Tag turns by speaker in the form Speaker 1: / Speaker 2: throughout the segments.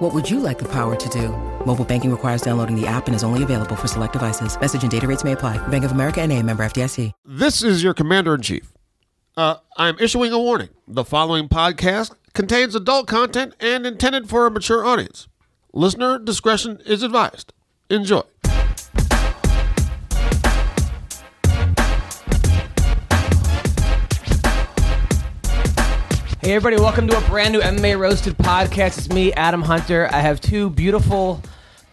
Speaker 1: What would you like the power to do? Mobile banking requires downloading the app and is only available for select devices. Message and data rates may apply. Bank of America and a member FDIC.
Speaker 2: This is your commander in chief. Uh, I'm issuing a warning. The following podcast contains adult content and intended for a mature audience. Listener discretion is advised. Enjoy.
Speaker 3: Hey everybody, welcome to a brand new MMA Roasted podcast. It's me, Adam Hunter. I have two beautiful,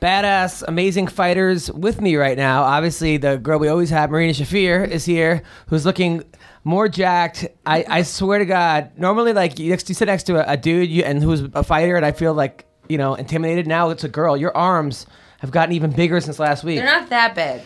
Speaker 3: badass, amazing fighters with me right now. Obviously, the girl we always have, Marina Shafir, is here, who's looking more jacked. I, I swear to God, normally like you, next- you sit next to a, a dude you, and who's a fighter, and I feel like you know intimidated. Now it's a girl. Your arms have gotten even bigger since last week.
Speaker 4: They're not that big.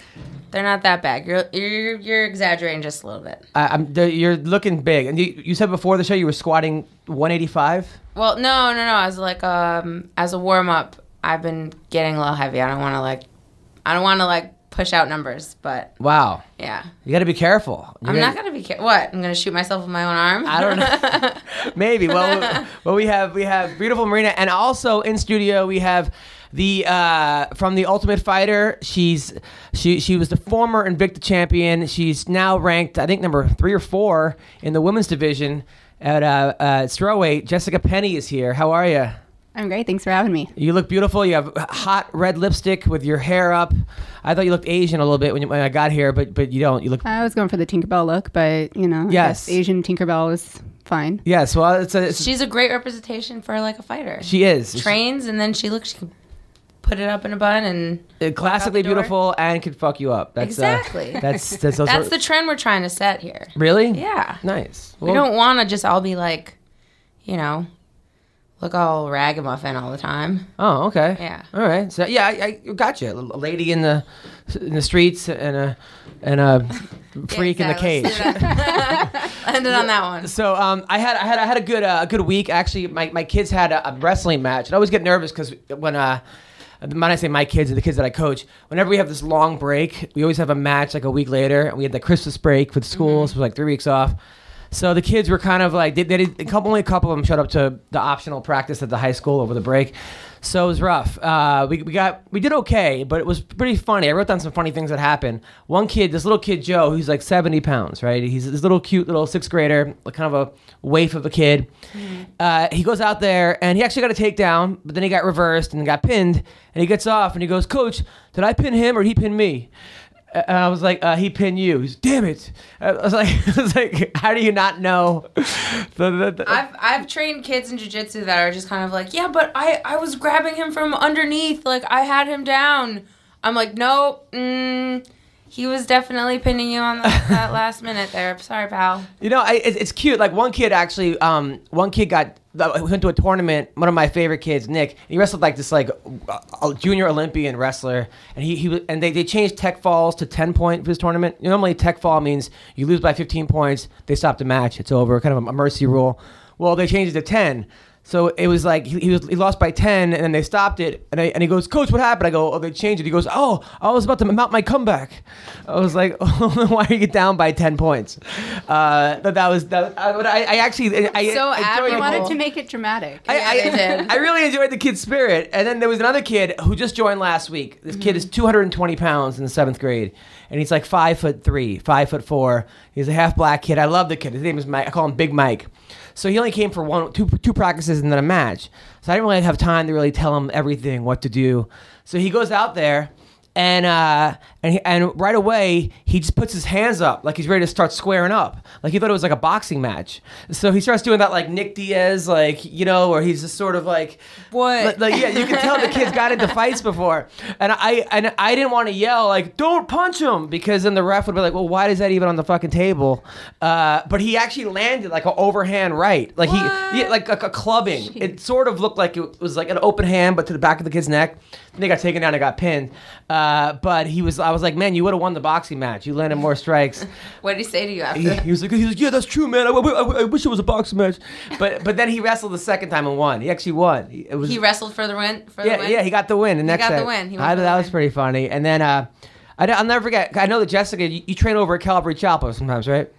Speaker 4: They're not that big. You're you're, you're exaggerating just a little bit.
Speaker 3: I, I'm, they're- you're looking big, and you, you said before the show you were squatting 185.
Speaker 4: Well, no, no, no. As like um as a warm up, I've been getting a little heavy. I don't want to like, I don't want to like push out numbers, but
Speaker 3: Wow.
Speaker 4: yeah,
Speaker 3: You got to be careful. You're
Speaker 4: I'm
Speaker 3: gonna-
Speaker 4: not gonna be ca- what. I'm gonna shoot myself with my own arm.
Speaker 3: I don't know. Maybe. Well, well, we have we have beautiful Marina, and also in studio we have the uh, from the Ultimate Fighter. She's she she was the former Invicta champion. She's now ranked I think number three or four in the women's division at uh, uh, strawweight. Jessica Penny is here. How are you?
Speaker 5: I'm great. Thanks for having me.
Speaker 3: You look beautiful. You have hot red lipstick with your hair up. I thought you looked Asian a little bit when, you, when I got here, but but you don't. You look
Speaker 5: I was going for the Tinkerbell look, but you know, I
Speaker 3: Yes.
Speaker 5: guess Asian Tinkerbell is fine.
Speaker 3: yes. Well, uh, it's a, it's,
Speaker 4: She's a great representation for like a fighter.
Speaker 3: she is
Speaker 4: trains and then she looks. She can put it up in a bun and
Speaker 3: Uh, classically
Speaker 4: out the door.
Speaker 3: beautiful and could fuck you up. That's,
Speaker 4: Exactly.
Speaker 3: Uh, that's that's, those
Speaker 4: that's
Speaker 3: are-
Speaker 4: the trend we're trying to set here.
Speaker 3: really
Speaker 4: Yeah.
Speaker 3: nice.
Speaker 4: We don't want to just all be like, you know, look all ragamuffin all the time.
Speaker 3: Oh, okay.
Speaker 4: Yeah.
Speaker 3: All right. So yeah, I, I gotcha. A lady in the in the streets and a and a freak in the cage.
Speaker 4: Ended on that one.
Speaker 3: So um, I had I had I had a good uh, a good week actually. My, my kids had a, a wrestling match, and I always get nervous because when uh, when I say my kids and the kids that I coach, whenever we have this long break, we always have a match like a week later, and we had the Christmas break with school, so it was like three weeks off. So the kids were kind of like they, they did a couple only a couple of them showed up to the optional practice at the high school over the break. So it was rough. Uh, we, we got we did okay, but it was pretty funny. I wrote down some funny things that happened. One kid, this little kid Joe, who's like seventy pounds, right? He's this little cute little sixth grader, like kind of a waif of a kid. Uh, he goes out there and he actually got a takedown, but then he got reversed and got pinned. And he gets off and he goes, "Coach, did I pin him or he pin me?" Uh, And I was like, uh, he pinned you. He's, damn it. I was like, I was like, how do you not know? The- the- the-
Speaker 4: I've I've trained kids in jujitsu that are just kind of like, yeah, but I I was grabbing him from underneath, like I had him down. I'm like, no, mm, he was definitely pinning you on the, that last minute there. Sorry, pal.
Speaker 3: You know, I, it's, it's cute. Like one kid actually, um, one kid got uh, went to a tournament. One of my favorite kids, Nick, he wrestled like this like uh, uh, junior Olympian wrestler, and he, he was- and they, they changed tech falls to ten point for this tournament. Normally, tech fall means you lose by fifteen points, they stop the match, it's over, kind of a mercy rule. Well, they changed it to ten. So it was like he, he was he lost by ten, and then they stopped it, and, I, and he goes, "Coach, what happened?" I go, "Oh, they changed it." He goes, "Oh, I was about to mount my comeback." I was like, "Oh, "Why are you down by ten points?" Uh, that, that was that. I, but I, I actually I
Speaker 4: So
Speaker 3: enjoyed
Speaker 4: admirable.
Speaker 5: I wanted
Speaker 4: Oh.
Speaker 5: to make it dramatic.
Speaker 3: I,
Speaker 4: Yeah, they
Speaker 3: I,
Speaker 4: did.
Speaker 3: I really enjoyed the kid's spirit. And then there was another kid who just joined last week. This kid is
Speaker 4: Mm.
Speaker 3: 220 pounds in the seventh grade, and he's like five foot three, five foot four. He's a half black kid. I love the kid. His name is Mike. I call him Big Mike. So he only came for one, two, two practices and then a match. So I didn't really have time to really tell him everything, what to do. So he goes out there. And uh, and he, and right away he just puts his hands up like he's ready to start squaring up, like he thought it was like a boxing match. So he starts doing that like Nick Diaz, like you know, where he's just sort of like
Speaker 4: What?
Speaker 3: like, like, yeah, you can tell the kids got into fights before, and I and I didn't want to yell like "Don't punch him" because then the ref would be like, "Well, why is that even on the fucking table?" Uh, but he actually landed like an overhand right, like he yeah, like a, a clubbing. It sort of looked like it was like an open hand, but to the back of the kid's neck. Then they got taken down and got pinned. Uh, Uh, but he was, I was like, man, you would have won the boxing match. You landed more strikes.
Speaker 4: What did he say to you
Speaker 3: He,
Speaker 4: after?
Speaker 3: he was like, he was like, yeah, that's true, man. I, w- I w- I wish it was a boxing match. But but then he wrestled the second time and won. He actually won. He- It was
Speaker 4: He wrestled for the win. For
Speaker 3: yeah,
Speaker 4: the win?
Speaker 3: yeah, he got the win. The next
Speaker 4: got the
Speaker 3: day.
Speaker 4: win. He went
Speaker 3: I,
Speaker 4: for the
Speaker 3: that was
Speaker 4: win.
Speaker 3: pretty funny. And then uh, I, will never forget. I know that Jessica, you, you train over at Calvary Chapel sometimes, right?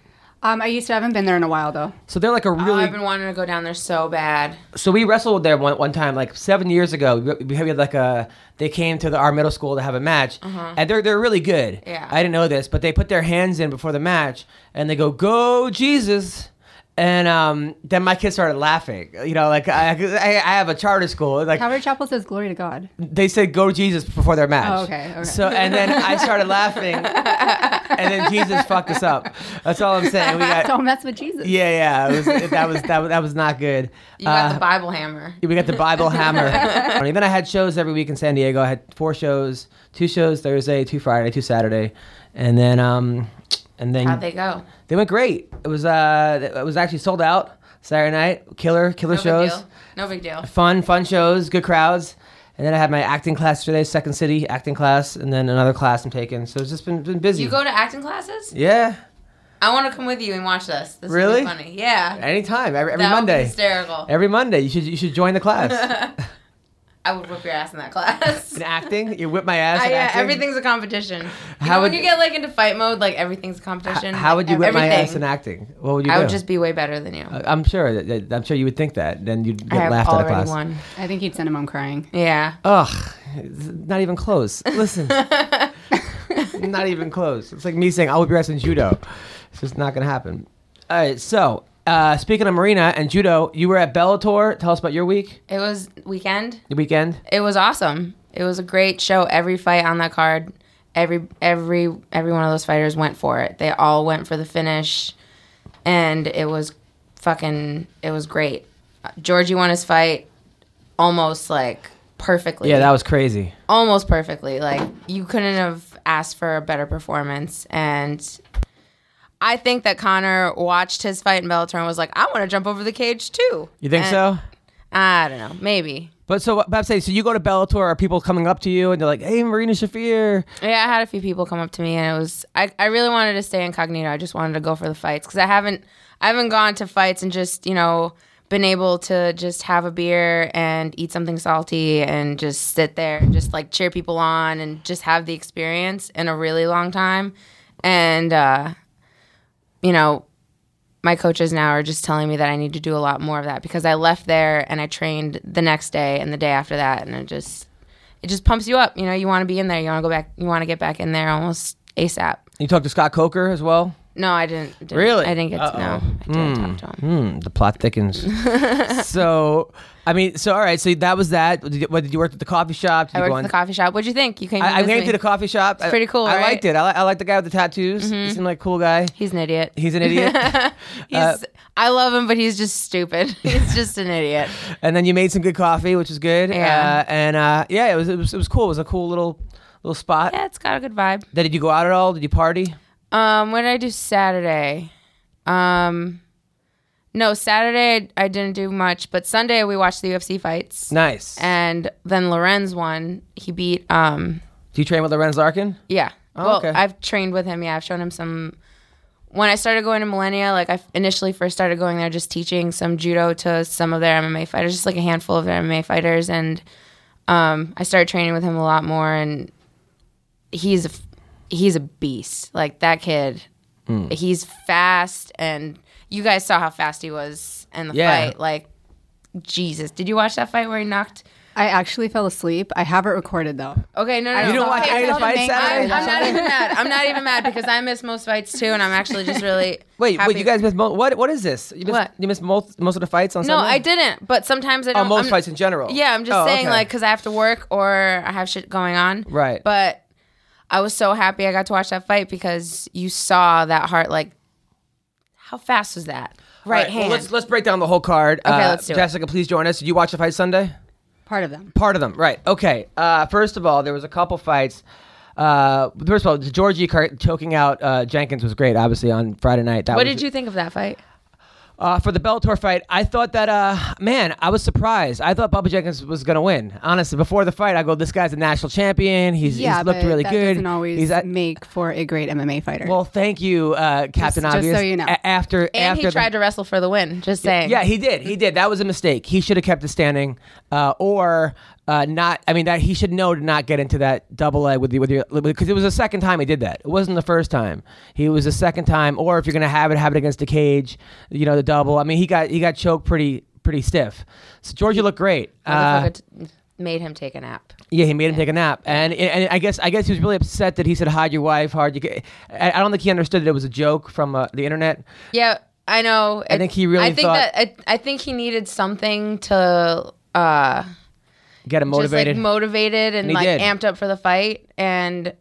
Speaker 5: Um, I used to haven't been there in a while though.
Speaker 3: So they're like a
Speaker 4: Oh,
Speaker 3: really.
Speaker 4: I've been wanting to go down there so bad.
Speaker 3: so we wrestled there one, one time, like seven years ago. We, we had like a. They came to the, our middle school to have a match, and they're they're really good.
Speaker 4: Uh-huh. Yeah.
Speaker 3: I didn't know this, but they put their hands in before the match, and they go, "Go Jesus." And um, then my kids started laughing. You know, like I, I, I have a charter school. Like
Speaker 5: Calvary Chapel says glory to God.
Speaker 3: they said go to Jesus before their match.
Speaker 5: Oh, okay, okay.
Speaker 3: So and then I started laughing, and then Jesus fucked us up. That's all I'm saying. We got
Speaker 5: Don't mess with Jesus.
Speaker 3: yeah, yeah. It was, it- that was that was that was not good.
Speaker 4: You got
Speaker 3: Uh,
Speaker 4: the Bible hammer.
Speaker 3: we got the Bible hammer. and then I had shows every week in San Diego. I had four shows, two shows Thursday, two Friday, two Saturday, and then um, and then
Speaker 4: How'd they go?
Speaker 3: they went great. It was uh, it was actually sold out Saturday night. Killer, killer
Speaker 4: No
Speaker 3: shows
Speaker 4: big deal. No big deal.
Speaker 3: fun, fun shows, good crowds. And then I had my acting class today, Second City acting class, and then another class I'm taking. So it's just been, been busy.
Speaker 4: You go to acting classes?
Speaker 3: yeah,
Speaker 4: I want to come with you and watch this. This would be
Speaker 3: Really?
Speaker 4: funny. Yeah.
Speaker 3: anytime, every, every
Speaker 4: that would be
Speaker 3: Monday.
Speaker 4: hysterical.
Speaker 3: Every Monday, you should you should join the class.
Speaker 4: I would whip your ass in that class.
Speaker 3: in acting, you whip my ass.
Speaker 4: I,
Speaker 3: in
Speaker 4: yeah,
Speaker 3: acting.
Speaker 4: everything's a competition. You
Speaker 3: How
Speaker 4: know
Speaker 3: would-
Speaker 4: when you get like into fight mode, like everything's a competition.
Speaker 3: How
Speaker 4: like,
Speaker 3: would you whip my
Speaker 4: everything.
Speaker 3: ass in acting? What would you
Speaker 4: I
Speaker 3: do?
Speaker 4: would just be way better than you.
Speaker 3: I- I'm sure. that- that- I'm sure you would think that. Then you'd
Speaker 4: I
Speaker 3: get
Speaker 4: have
Speaker 3: laughed out of
Speaker 4: already
Speaker 3: class.
Speaker 4: won.
Speaker 5: I think he'd send him home crying.
Speaker 4: Yeah.
Speaker 3: Ugh, it's not even close. Listen, not even close. It's like me saying I will be wrestling judo. It's just not gonna happen. All right. So uh, speaking of Marina and judo, you were at Bellator. Tell us about your week,
Speaker 4: It was weekend.
Speaker 3: the weekend.
Speaker 4: It was awesome. It was a great show. Every fight on that card, every every every one of those fighters went for it. They all went for the finish, and it was fucking. It was great. Georgie won his fight almost like perfectly.
Speaker 3: Yeah, that was crazy.
Speaker 4: almost perfectly. Like you couldn't have asked for a better performance. And I think that Connor watched his fight in Bellator and was like, I want to jump over the cage too.
Speaker 3: You think
Speaker 4: And-
Speaker 3: so?
Speaker 4: I don't know. Maybe.
Speaker 3: But so, what- but I'm saying, so you go to Bellator. Are people coming up to you and they're like, "Hey, Marina Shafir"?
Speaker 4: Yeah, I had a few people come up to me, and it was I, I really wanted to stay incognito. I just wanted to go for the fights because I haven't I haven't gone to fights and just you know been able to just have a beer and eat something salty and just sit there and just like cheer people on and just have the experience in a really long time. And uh, you know, my coaches now are just telling me that I need to do a lot more of that because I left there and I trained the next day and the day after that, and it just it just pumps you up. You know, you want to be in there. You want to go back. You want to get back in there almost ASAP.
Speaker 3: You talked to Scott Coker as well.
Speaker 4: No, I didn't. didn't
Speaker 3: Really?
Speaker 4: I didn't get to know. I didn't talk to him.
Speaker 3: Hmm, the plot thickens. so, I mean, so all right. So that was that. Did you, what did you work at the coffee shop? Did
Speaker 4: I
Speaker 3: you go
Speaker 4: worked
Speaker 3: on-
Speaker 4: at the coffee shop. What'd you think? You came.
Speaker 3: I, I
Speaker 4: visit
Speaker 3: came
Speaker 4: me.
Speaker 3: to the coffee shop. I-
Speaker 4: pretty cool,
Speaker 3: I
Speaker 4: right? Mm-hmm.
Speaker 3: liked it. I, li- I like the guy with the tattoos. He seemed like a cool guy.
Speaker 4: He's an idiot.
Speaker 3: He's an idiot.
Speaker 4: He's.
Speaker 3: uh,
Speaker 4: I love him, but he's just stupid. he's just an idiot.
Speaker 3: and then you made some good coffee, which was good.
Speaker 4: Yeah.
Speaker 3: Uh, and uh, yeah, it was, it was it was cool. It was a cool little little spot.
Speaker 4: Yeah, it's got a good vibe.
Speaker 3: Then did you go out at all? Did you party?
Speaker 4: Um, what did I do Saturday? Um, no, Saturday I, I didn't do much, but Sunday we watched the UFC fights.
Speaker 3: Nice.
Speaker 4: And then Lorenz won. He beat um
Speaker 3: Do you train with Lorenz Larkin?
Speaker 4: Yeah.
Speaker 3: Oh,
Speaker 4: well,
Speaker 3: okay.
Speaker 4: I've trained with him. Yeah, I've shown him some. When I started going to Millennia, like I initially first started going there, just teaching some judo to some of their MMA fighters, just like a handful of their MMA fighters, and um, I started training with him a lot more. And he's a f- he's a beast. Like that kid,
Speaker 3: Hmm.
Speaker 4: he's fast, and you guys saw how fast he was in the
Speaker 3: Yeah.
Speaker 4: fight. Like Jesus, did you watch that fight where he knocked?
Speaker 5: I actually fell asleep. I have it recorded though.
Speaker 4: Okay, no, no, no.
Speaker 3: Oh, You don't
Speaker 5: no,
Speaker 3: watch
Speaker 5: I
Speaker 3: any of the
Speaker 5: don't
Speaker 3: fights
Speaker 5: think I-
Speaker 3: Saturday?
Speaker 4: I'm, I'm not even mad. I'm not even mad because I miss most fights too, and I'm actually just really
Speaker 3: Wait,
Speaker 4: happy.
Speaker 3: wait, you guys missed mo- what? What is this? You missed,
Speaker 4: What?
Speaker 3: You missed most most of the fights on
Speaker 4: No,
Speaker 3: Sunday.
Speaker 4: I didn't. But sometimes I
Speaker 3: Oh,
Speaker 4: don't.
Speaker 3: most
Speaker 4: I'm-
Speaker 3: fights in general.
Speaker 4: Yeah, I'm just
Speaker 3: Oh,
Speaker 4: saying,
Speaker 3: okay.
Speaker 4: like, because I have to work or I have shit going on.
Speaker 3: Right.
Speaker 4: But I was so happy I got to watch that fight because you saw that heart. Like, how fast was that
Speaker 3: All
Speaker 4: right,
Speaker 3: well,
Speaker 4: hand?
Speaker 3: let's let's break down the whole card. Okay,
Speaker 4: let's do it.
Speaker 3: Jessica, please join us. Did you watch the fight Sunday?
Speaker 5: Part of them.
Speaker 3: Part of them, right? Okay. Uh, first of all, there was a couple fights. Uh, first of all, the Georgie car- choking out uh, Jenkins was great. Obviously on Friday night. That
Speaker 4: what
Speaker 3: was,
Speaker 4: did you think of that fight?
Speaker 3: Uh, for the Bellator fight, I thought that uh, man, I was surprised. I thought Bubba Jenkins was gonna win. Honestly, before the fight, I go, this guy's a national champion. He's,
Speaker 5: yeah,
Speaker 3: he's looked
Speaker 5: but
Speaker 3: really
Speaker 5: that
Speaker 3: good.
Speaker 5: doesn't always
Speaker 3: he's at-
Speaker 5: make for a great MMA fighter.
Speaker 3: well, thank you, uh, Captain
Speaker 5: just so
Speaker 3: Obvious.
Speaker 5: you know.
Speaker 3: A- after
Speaker 4: And
Speaker 3: after
Speaker 4: he
Speaker 3: the-
Speaker 4: tried to wrestle for the win. Just saying.
Speaker 3: yeah, he did. He did. That was a mistake. He should have kept it standing, uh, or uh, not. I mean, that he should know to not get into that double A with the with your because it was the second time he did that. It wasn't the first time. He was the second time. Or if you're gonna have it, have it against the cage. You know, the double. I mean, he got he got choked pretty pretty stiff. So Georgia looked great. Uh,
Speaker 4: Motherfucker t- made him take a nap.
Speaker 3: yeah, he made him take a nap, and and I guess I guess he was really upset that he said hide your wife hard. You get, I, I don't think he understood that it was a joke from uh, the internet.
Speaker 4: Yeah, I know.
Speaker 3: I think he really
Speaker 4: I think
Speaker 3: thought-
Speaker 4: that I, I think he needed something to uh
Speaker 3: Get him motivated.
Speaker 4: just like motivated and,
Speaker 3: he
Speaker 4: like
Speaker 3: did.
Speaker 4: amped up for the fight and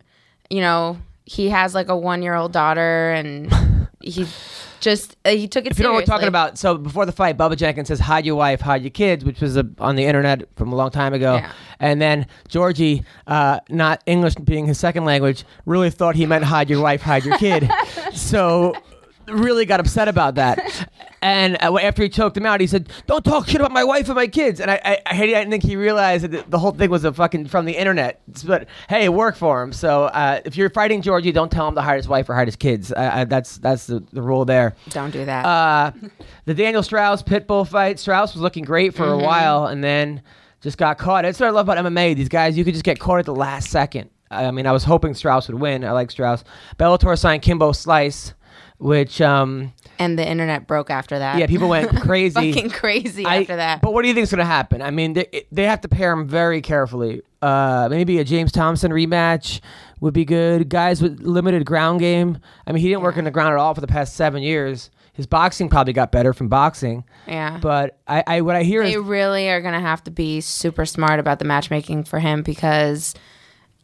Speaker 4: you know, he has like a 1-year-old daughter and he just uh, he took it
Speaker 3: if you know what we're talking
Speaker 4: seriously.
Speaker 3: about, so before the fight, Bubba Jenkins says, "Hide your wife, hide your kids," which was uh, on the internet from a long time ago.
Speaker 4: Yeah.
Speaker 3: And then Georgie, uh, not English being his second language, really thought he meant "hide your wife, hide your kid," so really got upset about that. And uh, after he choked him out, he said, "Don't talk shit about my wife and my kids." And I, I, I hate. I didn't think he realized that the whole thing was a fucking from the internet. But hey, it worked for him. So uh, if you're fighting Georgie, don't tell him to hide his wife or hide his kids. Uh, uh, that's that's the, the rule there.
Speaker 4: Don't do that.
Speaker 3: Uh, the Daniel Strauss Pitbull fight. Strauss was looking great for a while and then just got caught. That's what I love about MMA. These guys, you could just get caught at the last second. I mean, I was hoping Strauss would win. I like Strauss. Bellator signed Kimbo Slice, which, um,
Speaker 4: and the internet broke after that.
Speaker 3: yeah, people went crazy.
Speaker 4: fucking crazy
Speaker 3: I-
Speaker 4: after that.
Speaker 3: But what do you think is going to happen? I mean, they, they have to pair him very carefully. Uh, maybe a James Thompson rematch would be good. Guys with limited ground game. I mean, he didn't work in the ground at all for the past seven years. His boxing probably got better from boxing.
Speaker 4: Yeah.
Speaker 3: But I, I what I hear
Speaker 4: they
Speaker 3: is
Speaker 4: really are going to have to be super smart about the matchmaking for him because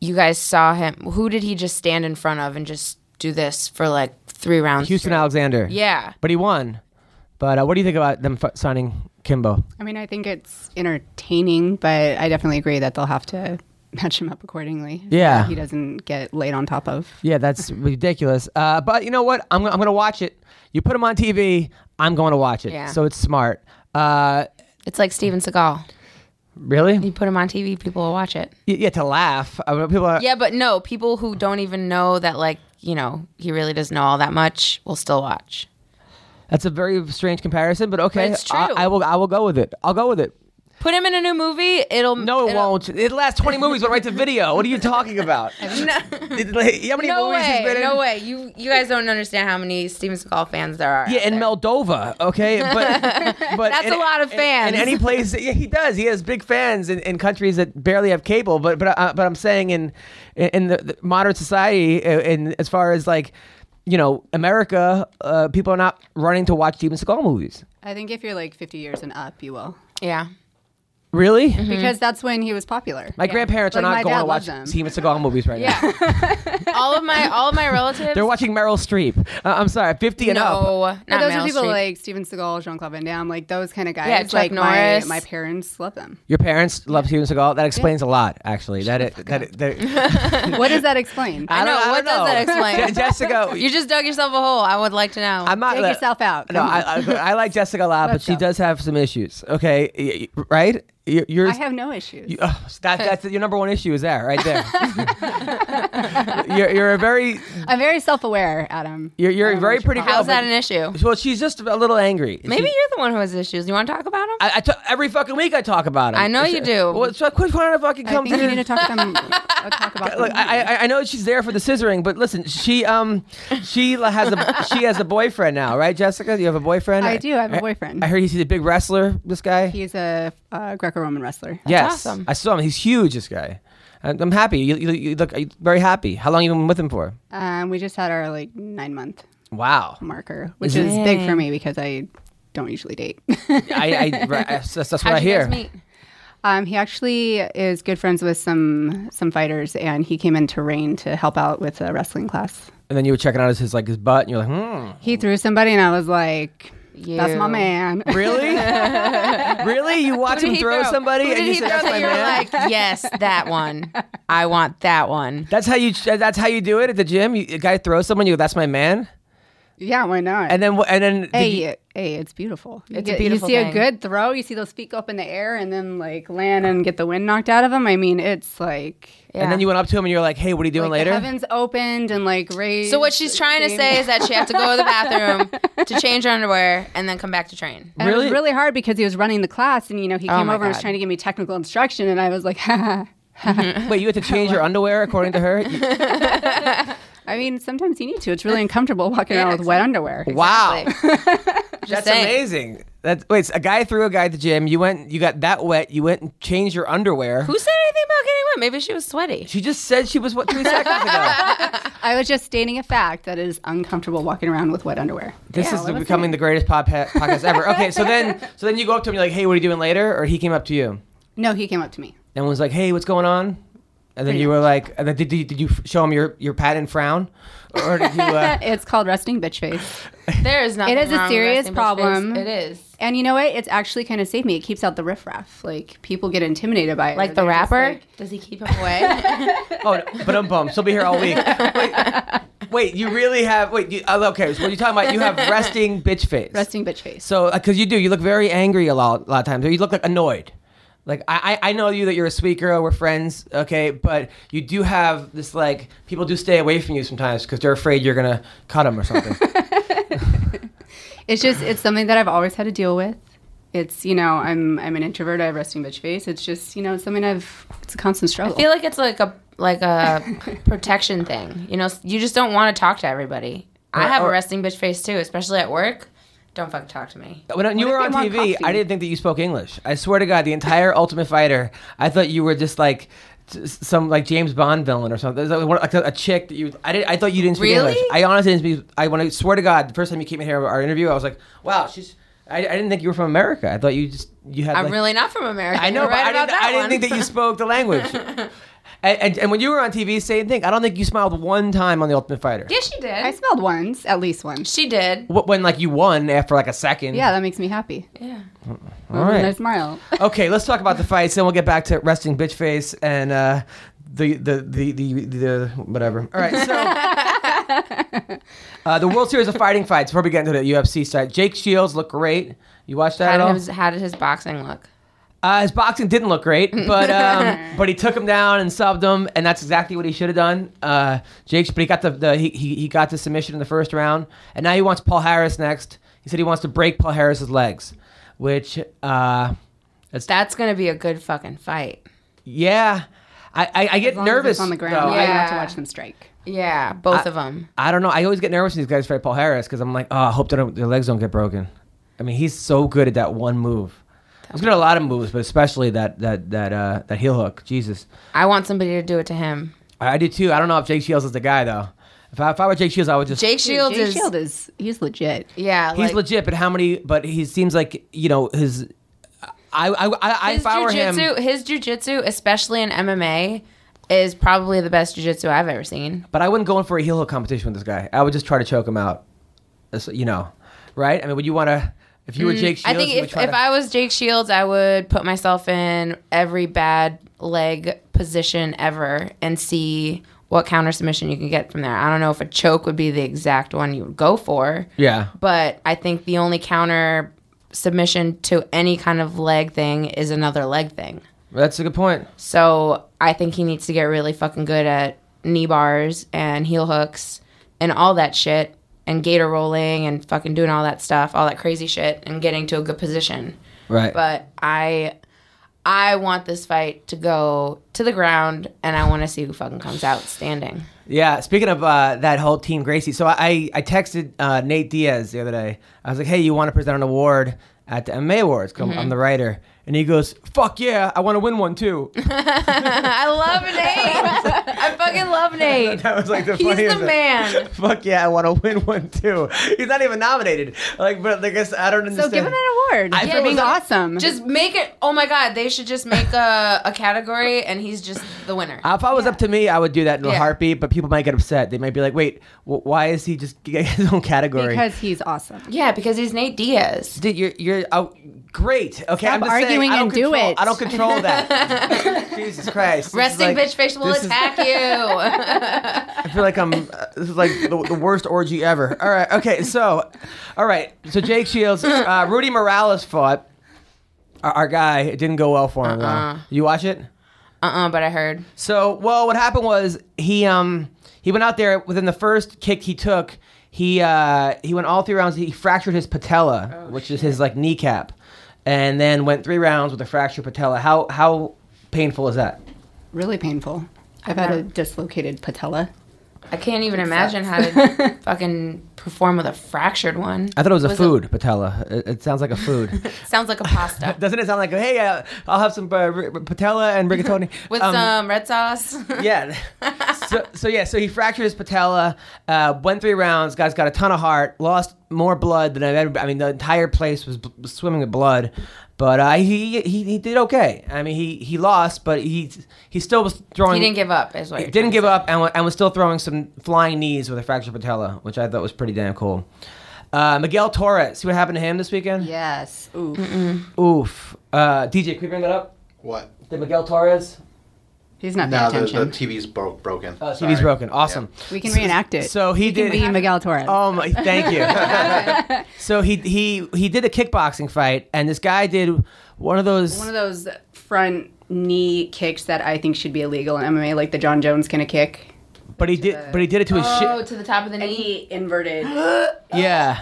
Speaker 4: you guys saw him. Who did he just stand in front of and just do this for like three rounds?
Speaker 3: Houston
Speaker 4: straight?
Speaker 3: Alexander.
Speaker 4: Yeah.
Speaker 3: But he won. But uh, what do you think about them f- signing Kimbo?
Speaker 5: I mean, I think it's entertaining, but I definitely agree that they'll have to match him up accordingly. so
Speaker 3: Yeah.
Speaker 5: that he doesn't get laid on top of.
Speaker 3: Yeah, that's ridiculous. Uh, but you know what? I'm, I'm going to watch it. You put him on TV, I'm going to watch it.
Speaker 4: Yeah.
Speaker 3: So it's smart. Uh,
Speaker 4: It's like Steven Seagal.
Speaker 3: really?
Speaker 4: You put him on TV, people will watch it.
Speaker 3: Y- yeah, to laugh. I mean, people are,
Speaker 4: Yeah, but no, people who don't even know that, like, you know, he really doesn't know all that much will still watch.
Speaker 3: That's a very strange comparison, but okay.
Speaker 4: But it's true.
Speaker 3: I, I will. I will go with it. I'll go with it.
Speaker 4: Put him in a new movie, it'll.
Speaker 3: No, it
Speaker 4: it'll-
Speaker 3: won't. It lasts twenty movies, but right to video. What are you talking about? It- like, how many
Speaker 4: No
Speaker 3: movies he's
Speaker 4: way.
Speaker 3: been in?
Speaker 4: No way. You you guys don't understand how many Steven Seagal fans there are.
Speaker 3: Yeah,
Speaker 4: out
Speaker 3: in
Speaker 4: there.
Speaker 3: Moldova. Okay, but but
Speaker 4: That's
Speaker 3: in-
Speaker 4: a lot of
Speaker 3: in-
Speaker 4: fans.
Speaker 3: In, any place, yeah, he does. He has big fans in, in countries that barely have cable. But but uh, but I'm saying in in the, the modern society, uh, in as far as like. You know, America, uh, people are not running to watch Steven Seagal movies.
Speaker 5: I think if you're like 50 years and up, you
Speaker 4: Hmm.
Speaker 5: will.
Speaker 4: Yeah.
Speaker 3: Really?
Speaker 4: Mm-hmm.
Speaker 5: Because that's when he was popular.
Speaker 3: My grandparents
Speaker 5: Like,
Speaker 3: are
Speaker 5: my
Speaker 3: not going
Speaker 5: dad
Speaker 3: to watch
Speaker 5: loves him.
Speaker 3: Steven Seagal movies right now.
Speaker 4: all of my all of my relatives.
Speaker 3: They're watching Meryl Streep. Uh, I'm sorry, 50 and up.
Speaker 4: no, not
Speaker 5: But those
Speaker 4: Meryl
Speaker 5: are people
Speaker 4: Streep.
Speaker 5: like Steven Seagal, Jean Claude Van Damme, like those kind of guys.
Speaker 4: Yeah, Chuck
Speaker 5: like
Speaker 4: Norris.
Speaker 5: My, my parents love them.
Speaker 3: Your parents love Steven Seagal. That explains a lot, actually. That it, that, it, that
Speaker 5: what does that explain?
Speaker 3: I don't,
Speaker 4: know.
Speaker 3: I don't
Speaker 4: What does that
Speaker 3: know.
Speaker 4: explain?
Speaker 3: Je- Jessica,
Speaker 4: You just dug yourself a hole. I would like to know.
Speaker 3: I'm not
Speaker 5: Dig
Speaker 3: look,
Speaker 5: yourself out.
Speaker 3: No,
Speaker 5: Come
Speaker 3: I, I, I like Jessica a lot, but
Speaker 5: Let's
Speaker 3: she
Speaker 5: go.
Speaker 3: does have some issues. Okay, Y- y- right? Y- Yours.
Speaker 5: I have no issues.
Speaker 3: you- oh, that, that's your number one issue is that right there. you're, you're a very
Speaker 5: I'm very self aware, Adam.
Speaker 3: you're, you're
Speaker 5: I
Speaker 3: a
Speaker 5: don't know
Speaker 3: very
Speaker 5: what your
Speaker 3: pretty girl.
Speaker 4: How's that
Speaker 3: but-
Speaker 4: an issue?
Speaker 3: Well, she's just a little angry.
Speaker 4: Maybe
Speaker 3: She-
Speaker 4: you're the one who has issues. You want to talk about them?
Speaker 3: I, I t- every fucking week I talk about him.
Speaker 4: I know you do.
Speaker 3: Well, so quit trying to fucking
Speaker 5: I
Speaker 3: come
Speaker 5: think
Speaker 3: to
Speaker 5: we need to talk, them, uh, talk about them.
Speaker 3: Look, I, I I know she's there for the scissoring, but listen, she um she la- has a she has a boyfriend now, right, Jessica? You have a boyfriend?
Speaker 5: I do have a boyfriend.
Speaker 3: I heard he's a big wrestler. This guy.
Speaker 5: He's a uh, Greco Roman wrestler.
Speaker 3: yes,
Speaker 4: awesome.
Speaker 3: I saw him. He's huge. This guy. And I'm happy. You, you, you look you very happy. How long you been with him for?
Speaker 5: Um, we just had our like nine month
Speaker 3: Wow.
Speaker 5: marker, which is big for me because I don't usually date.
Speaker 3: I, I, right, that's, that's what
Speaker 4: How'd
Speaker 3: I
Speaker 4: you
Speaker 3: hear.
Speaker 4: guys meet?
Speaker 5: um, he actually is good friends with some some fighters, and he came into Rain to help out with a wrestling class.
Speaker 3: And then you were checking out his, his like his butt, and you're like, hmm,
Speaker 5: He threw somebody, and I was like, "That's my
Speaker 4: You.
Speaker 5: man."
Speaker 3: really, really? You watch
Speaker 4: Who
Speaker 3: him
Speaker 4: did he
Speaker 3: throw, somebody,
Speaker 4: Who
Speaker 3: and
Speaker 4: did
Speaker 3: you
Speaker 4: he
Speaker 3: say,
Speaker 4: throw
Speaker 3: "That's my
Speaker 4: that you're
Speaker 3: man."
Speaker 4: like, yes, that one. I want that one.
Speaker 3: That's how you. That's how you do it at the gym. You, a guy throws someone. You go, "That's my man."
Speaker 5: Yeah, why not?
Speaker 3: And then wh- and then did
Speaker 5: hey,
Speaker 3: you-
Speaker 5: hey, it's beautiful. You
Speaker 4: It's a
Speaker 5: get-
Speaker 4: beautiful
Speaker 5: You see
Speaker 4: thing.
Speaker 5: a good throw. You see those feet go up in the air and then like land and get the wind knocked out of them. I mean, it's like
Speaker 3: and then
Speaker 4: Yeah.
Speaker 3: you went up to him and you're like, "Hey, what are you doing
Speaker 5: like the
Speaker 3: later?"
Speaker 5: heavens opened and like raised.
Speaker 4: So what
Speaker 5: she
Speaker 4: she's
Speaker 6: trying to say is that she had to go to the bathroom to change her underwear and then come back to train.
Speaker 5: and it
Speaker 3: Really?
Speaker 5: was really hard because he was running the class and you know he came
Speaker 4: my
Speaker 5: over and was
Speaker 4: God.
Speaker 5: trying to give me technical instruction and I was like,
Speaker 3: Wait, you had to change your underwear according to her. You-
Speaker 5: I mean, sometimes you need to. It's really uncomfortable walking around with wet underwear.
Speaker 3: Wow, that's
Speaker 4: saying.
Speaker 3: amazing. That's wait, a guy threw a guy at the gym. You went, you got that wet. You went and changed your underwear.
Speaker 4: Who said anything about getting wet? Maybe she was sweaty.
Speaker 3: she just said she was what three seconds ago.
Speaker 5: I was just stating a fact that it is uncomfortable walking around with wet underwear.
Speaker 3: This is becoming the greatest pod- podcast ever. Okay, so then so then you go up to him, you're like, "Hey, what are you doing later?" Or he came up to you
Speaker 5: No, he came up to me.
Speaker 3: and was like, "Hey, what's going on?" And then you were like, and then did, you- did you show him your your patent frown, or did you? Uh,
Speaker 5: It's called resting bitch face.
Speaker 4: There is nothing.
Speaker 5: It is a
Speaker 4: wrong with
Speaker 5: serious
Speaker 4: resting bitch face.
Speaker 5: problem.
Speaker 4: It is.
Speaker 5: And you know what? It's actually kind of saved me. It keeps out the riffraff. Like people get intimidated by it.
Speaker 4: Like the
Speaker 5: They're just
Speaker 4: rapper.
Speaker 5: like-
Speaker 4: Does he keep him away?
Speaker 3: oh, but um bum, she'll be here all week. Wait, wait, you really have wait? You, uh, okay, so what are you talking about? You have resting bitch face.
Speaker 5: resting bitch face.
Speaker 3: So, because you do, you look very angry a lot, a lot of times, or you look like annoyed. Like I, I I know you that you're a sweet girl. We're friends, okay? But you do have this like people do stay away from you sometimes because they're afraid you're gonna cut them or something.
Speaker 5: It's just it's something that I've always had to deal with. It's you know I'm I'm an introvert. I have resting bitch face. It's just you know it's something I've it's a constant struggle.
Speaker 4: I feel like it's like a like a protection thing. You know, s- you just don't want to talk to everybody. I
Speaker 3: Or-
Speaker 4: have
Speaker 3: or-
Speaker 4: a resting bitch face too, especially at work. Don't fucking talk to me.
Speaker 3: when you were
Speaker 5: they
Speaker 3: on
Speaker 5: want
Speaker 3: TV, I
Speaker 5: coffee?
Speaker 3: didn't think that you spoke English. I swear to God, the entire Ultimate Fighter, I thought you were just like t- some like James Bond villain or something. There's, like, one- like, a, a chick that you. I did. I thought you didn't speak
Speaker 4: Really?
Speaker 3: English. I honestly didn't speak. I when I swear to God, the first time you came in here our interview, I was like, wow, she's. I, I didn't think you were from America. I thought you just you had.
Speaker 4: I'm
Speaker 3: like,
Speaker 4: really not from America.
Speaker 3: I know,
Speaker 4: You're
Speaker 3: but
Speaker 4: right
Speaker 3: I,
Speaker 4: about
Speaker 3: didn't,
Speaker 4: that
Speaker 3: I didn't
Speaker 4: one.
Speaker 3: think that you spoke the language. and, and, and when you were on TV, same thing. I don't think you smiled one time on The Ultimate Fighter.
Speaker 4: Yeah, she did.
Speaker 5: I smelled once, at least once.
Speaker 4: she did.
Speaker 3: Wh- When like you won after like a second.
Speaker 5: Yeah, that makes me happy.
Speaker 4: Yeah.
Speaker 3: All right.
Speaker 5: I smile.
Speaker 3: okay, let's talk about the fights, then we'll get back to resting bitch face and uh, the, the, the the the whatever. All right, so uh, the World Series of Fighting fights. Before we get into the UFC side, Jake Shields looked great. You watched that
Speaker 4: How
Speaker 3: at
Speaker 4: did,
Speaker 3: all?
Speaker 4: his, how did his boxing look?
Speaker 3: Uh, his boxing didn't look great, but um, but he took him down and subbed him, and that's exactly what he should have done. Uh, Jake, but he got the, the he, he he got the submission in the first round, and now he wants Paul Harris next. He said he wants to break Paul Harris's legs, which uh,
Speaker 4: That's gonna be a good fucking fight.
Speaker 3: yeah, I I, I get
Speaker 5: As long as
Speaker 3: nervous
Speaker 5: it's on the
Speaker 3: though.
Speaker 5: ground. I have to
Speaker 4: Yeah.
Speaker 5: watch them strike.
Speaker 4: Yeah, both of 'em. of them.
Speaker 3: I, I don't know. I always get nervous when these guys fight Paul Harris because I'm like, oh, I hope they don't, their legs don't get broken. I mean, he's so good at that one move. He's good at a lot of moves, but especially that that that uh, that heel hook. Jesus.
Speaker 4: I want somebody to do it to him.
Speaker 3: I, I do too. I don't know if Jake Shields is the guy though. If I, if I were Jake Shields, I would just.
Speaker 4: Jake
Speaker 5: Dude,
Speaker 4: Shields
Speaker 5: Jay
Speaker 4: is
Speaker 5: Shield is he's legit.
Speaker 4: yeah.
Speaker 3: he's
Speaker 4: like,
Speaker 3: legit, but how many? But he seems like you know his. I I I, I
Speaker 4: His
Speaker 3: if I were him,
Speaker 4: jujitsu, his jujitsu, especially in MMA, is probably the best jujitsu I've ever seen.
Speaker 3: but I wouldn't go in for a heel hook competition with this guy. I would just try to choke him out. That's- you know, right? I mean, would you want to? If you were Jake Shields,
Speaker 4: Mm, I think
Speaker 3: you would
Speaker 4: if,
Speaker 3: try
Speaker 4: if
Speaker 3: to-
Speaker 4: I was Jake Shields, I would put myself in every bad leg position ever and see what counter submission you can get from there. I don't know if a choke would be the exact one you would go for.
Speaker 3: yeah,
Speaker 4: But I think the only counter submission to any kind of leg thing is another leg thing.
Speaker 3: that's a good point.
Speaker 4: So I think he needs to get really fucking good at knee bars and heel hooks and all that shit and gator rolling and fucking doing all that stuff, all that crazy shit and getting to a good position.
Speaker 3: Right.
Speaker 4: But I I want this fight to go to the ground and I want to see who fucking comes out standing.
Speaker 3: Yeah, speaking of uh, that whole Team Gracie, so I, I texted uh, Nate Diaz the other day. I was like, hey, you want to present an award at the MMA Awards? 'Cause I'm-
Speaker 4: Mm-hmm.
Speaker 3: I'm the writer. And he goes, fuck yeah, I want to win one too.
Speaker 4: I love Nate. I fucking love Nate.
Speaker 3: that was like the
Speaker 4: He's
Speaker 3: funniest thing.
Speaker 4: the man.
Speaker 3: Fuck yeah, I want to win one too. He's not even nominated. Like, but like I guess I don't
Speaker 5: So
Speaker 3: understand.
Speaker 5: give him an award
Speaker 3: I
Speaker 5: for
Speaker 3: feel
Speaker 5: being
Speaker 3: like-
Speaker 5: awesome.
Speaker 4: Just make it. Oh my God, they should just make a, a category and he's just the winner.
Speaker 3: If I was up to me, I would do that in a
Speaker 4: Yeah.
Speaker 3: heartbeat. But people might get upset. They might be like, "Wait, wh- why is he just getting his own category?"
Speaker 5: because he's awesome.
Speaker 4: Yeah, because he's Nate Diaz.
Speaker 3: Dude, you're you're out Great. Okay,
Speaker 5: Stop
Speaker 3: I'm just saying,
Speaker 5: arguing
Speaker 3: I don't
Speaker 5: and do
Speaker 3: control-
Speaker 5: it.
Speaker 3: I don't control that. Jesus Christ. This is
Speaker 7: Resting
Speaker 3: like-
Speaker 7: bitch face will
Speaker 3: this is-
Speaker 7: attack you.
Speaker 3: I feel like I'm. Uh, this is like the, the worst orgy ever. All right. Okay. So, all right. So Jake Shields, uh, Rudy Morales fought our, our guy. It didn't go well for him. though.
Speaker 5: Uh-uh.
Speaker 3: You watch it?
Speaker 7: Uh uh
Speaker 3: Uh-uh,
Speaker 7: but I heard.
Speaker 3: So, well, what happened was he um he went out there within the first kick he took. He uh he went all three rounds. He fractured his patella,
Speaker 7: Oh,
Speaker 3: which is his like kneecap, and then went three rounds with a fractured patella. How how painful is that?
Speaker 5: Really painful. I've had a dislocated patella.
Speaker 7: I can't even imagine how to fucking perform with a fractured one.
Speaker 3: I thought it was a
Speaker 7: Was it-
Speaker 3: food patella. It, it sounds like a food.
Speaker 7: Sounds like a pasta.
Speaker 3: Doesn't it sound like hey, uh, I'll have some uh, r- r- patella and rigatoni
Speaker 7: With
Speaker 3: Um,
Speaker 7: some red sauce.
Speaker 3: yeah. so, so yeah, so he fractured his patella, uh, went three rounds. Guy's got a ton of heart, lost more blood than I've ever. I mean, the entire place was, bl- was swimming with blood, but uh, he, he he did okay. I mean, he he lost, but he he still was throwing.
Speaker 7: he didn't give up, is what
Speaker 3: He
Speaker 7: you're
Speaker 3: um, didn't
Speaker 7: trying to
Speaker 3: give
Speaker 7: say.
Speaker 3: up and, wa- and was still throwing some flying knees with a fractured patella, which I thought was pretty damn cool. Uh, Miguel Torres, see what happened to him this weekend?
Speaker 5: Yes. Ooh.
Speaker 3: Oof. Uh, DJ, can we bring that up?
Speaker 8: What?
Speaker 3: Did Miguel Torres?
Speaker 5: He's not paying
Speaker 8: No, the, the
Speaker 5: attention.
Speaker 8: TV's broke broken.
Speaker 3: Oh,
Speaker 8: Sorry.
Speaker 3: TV's broken. Awesome.
Speaker 5: we can reenact it.
Speaker 3: So he
Speaker 5: It
Speaker 3: did.
Speaker 5: can be Miguel Torres.
Speaker 3: Oh my! Thank you. so he he he did a kickboxing fight, and this guy did one of those.
Speaker 5: One of those front knee kicks that I think should be illegal in MMA, like the John Jones kind of kick.
Speaker 3: but he did but he did it to his
Speaker 7: Oh,
Speaker 3: shit.
Speaker 7: to the top of the knee.
Speaker 5: He inverted.
Speaker 3: Yeah.
Speaker 5: Oh yeah.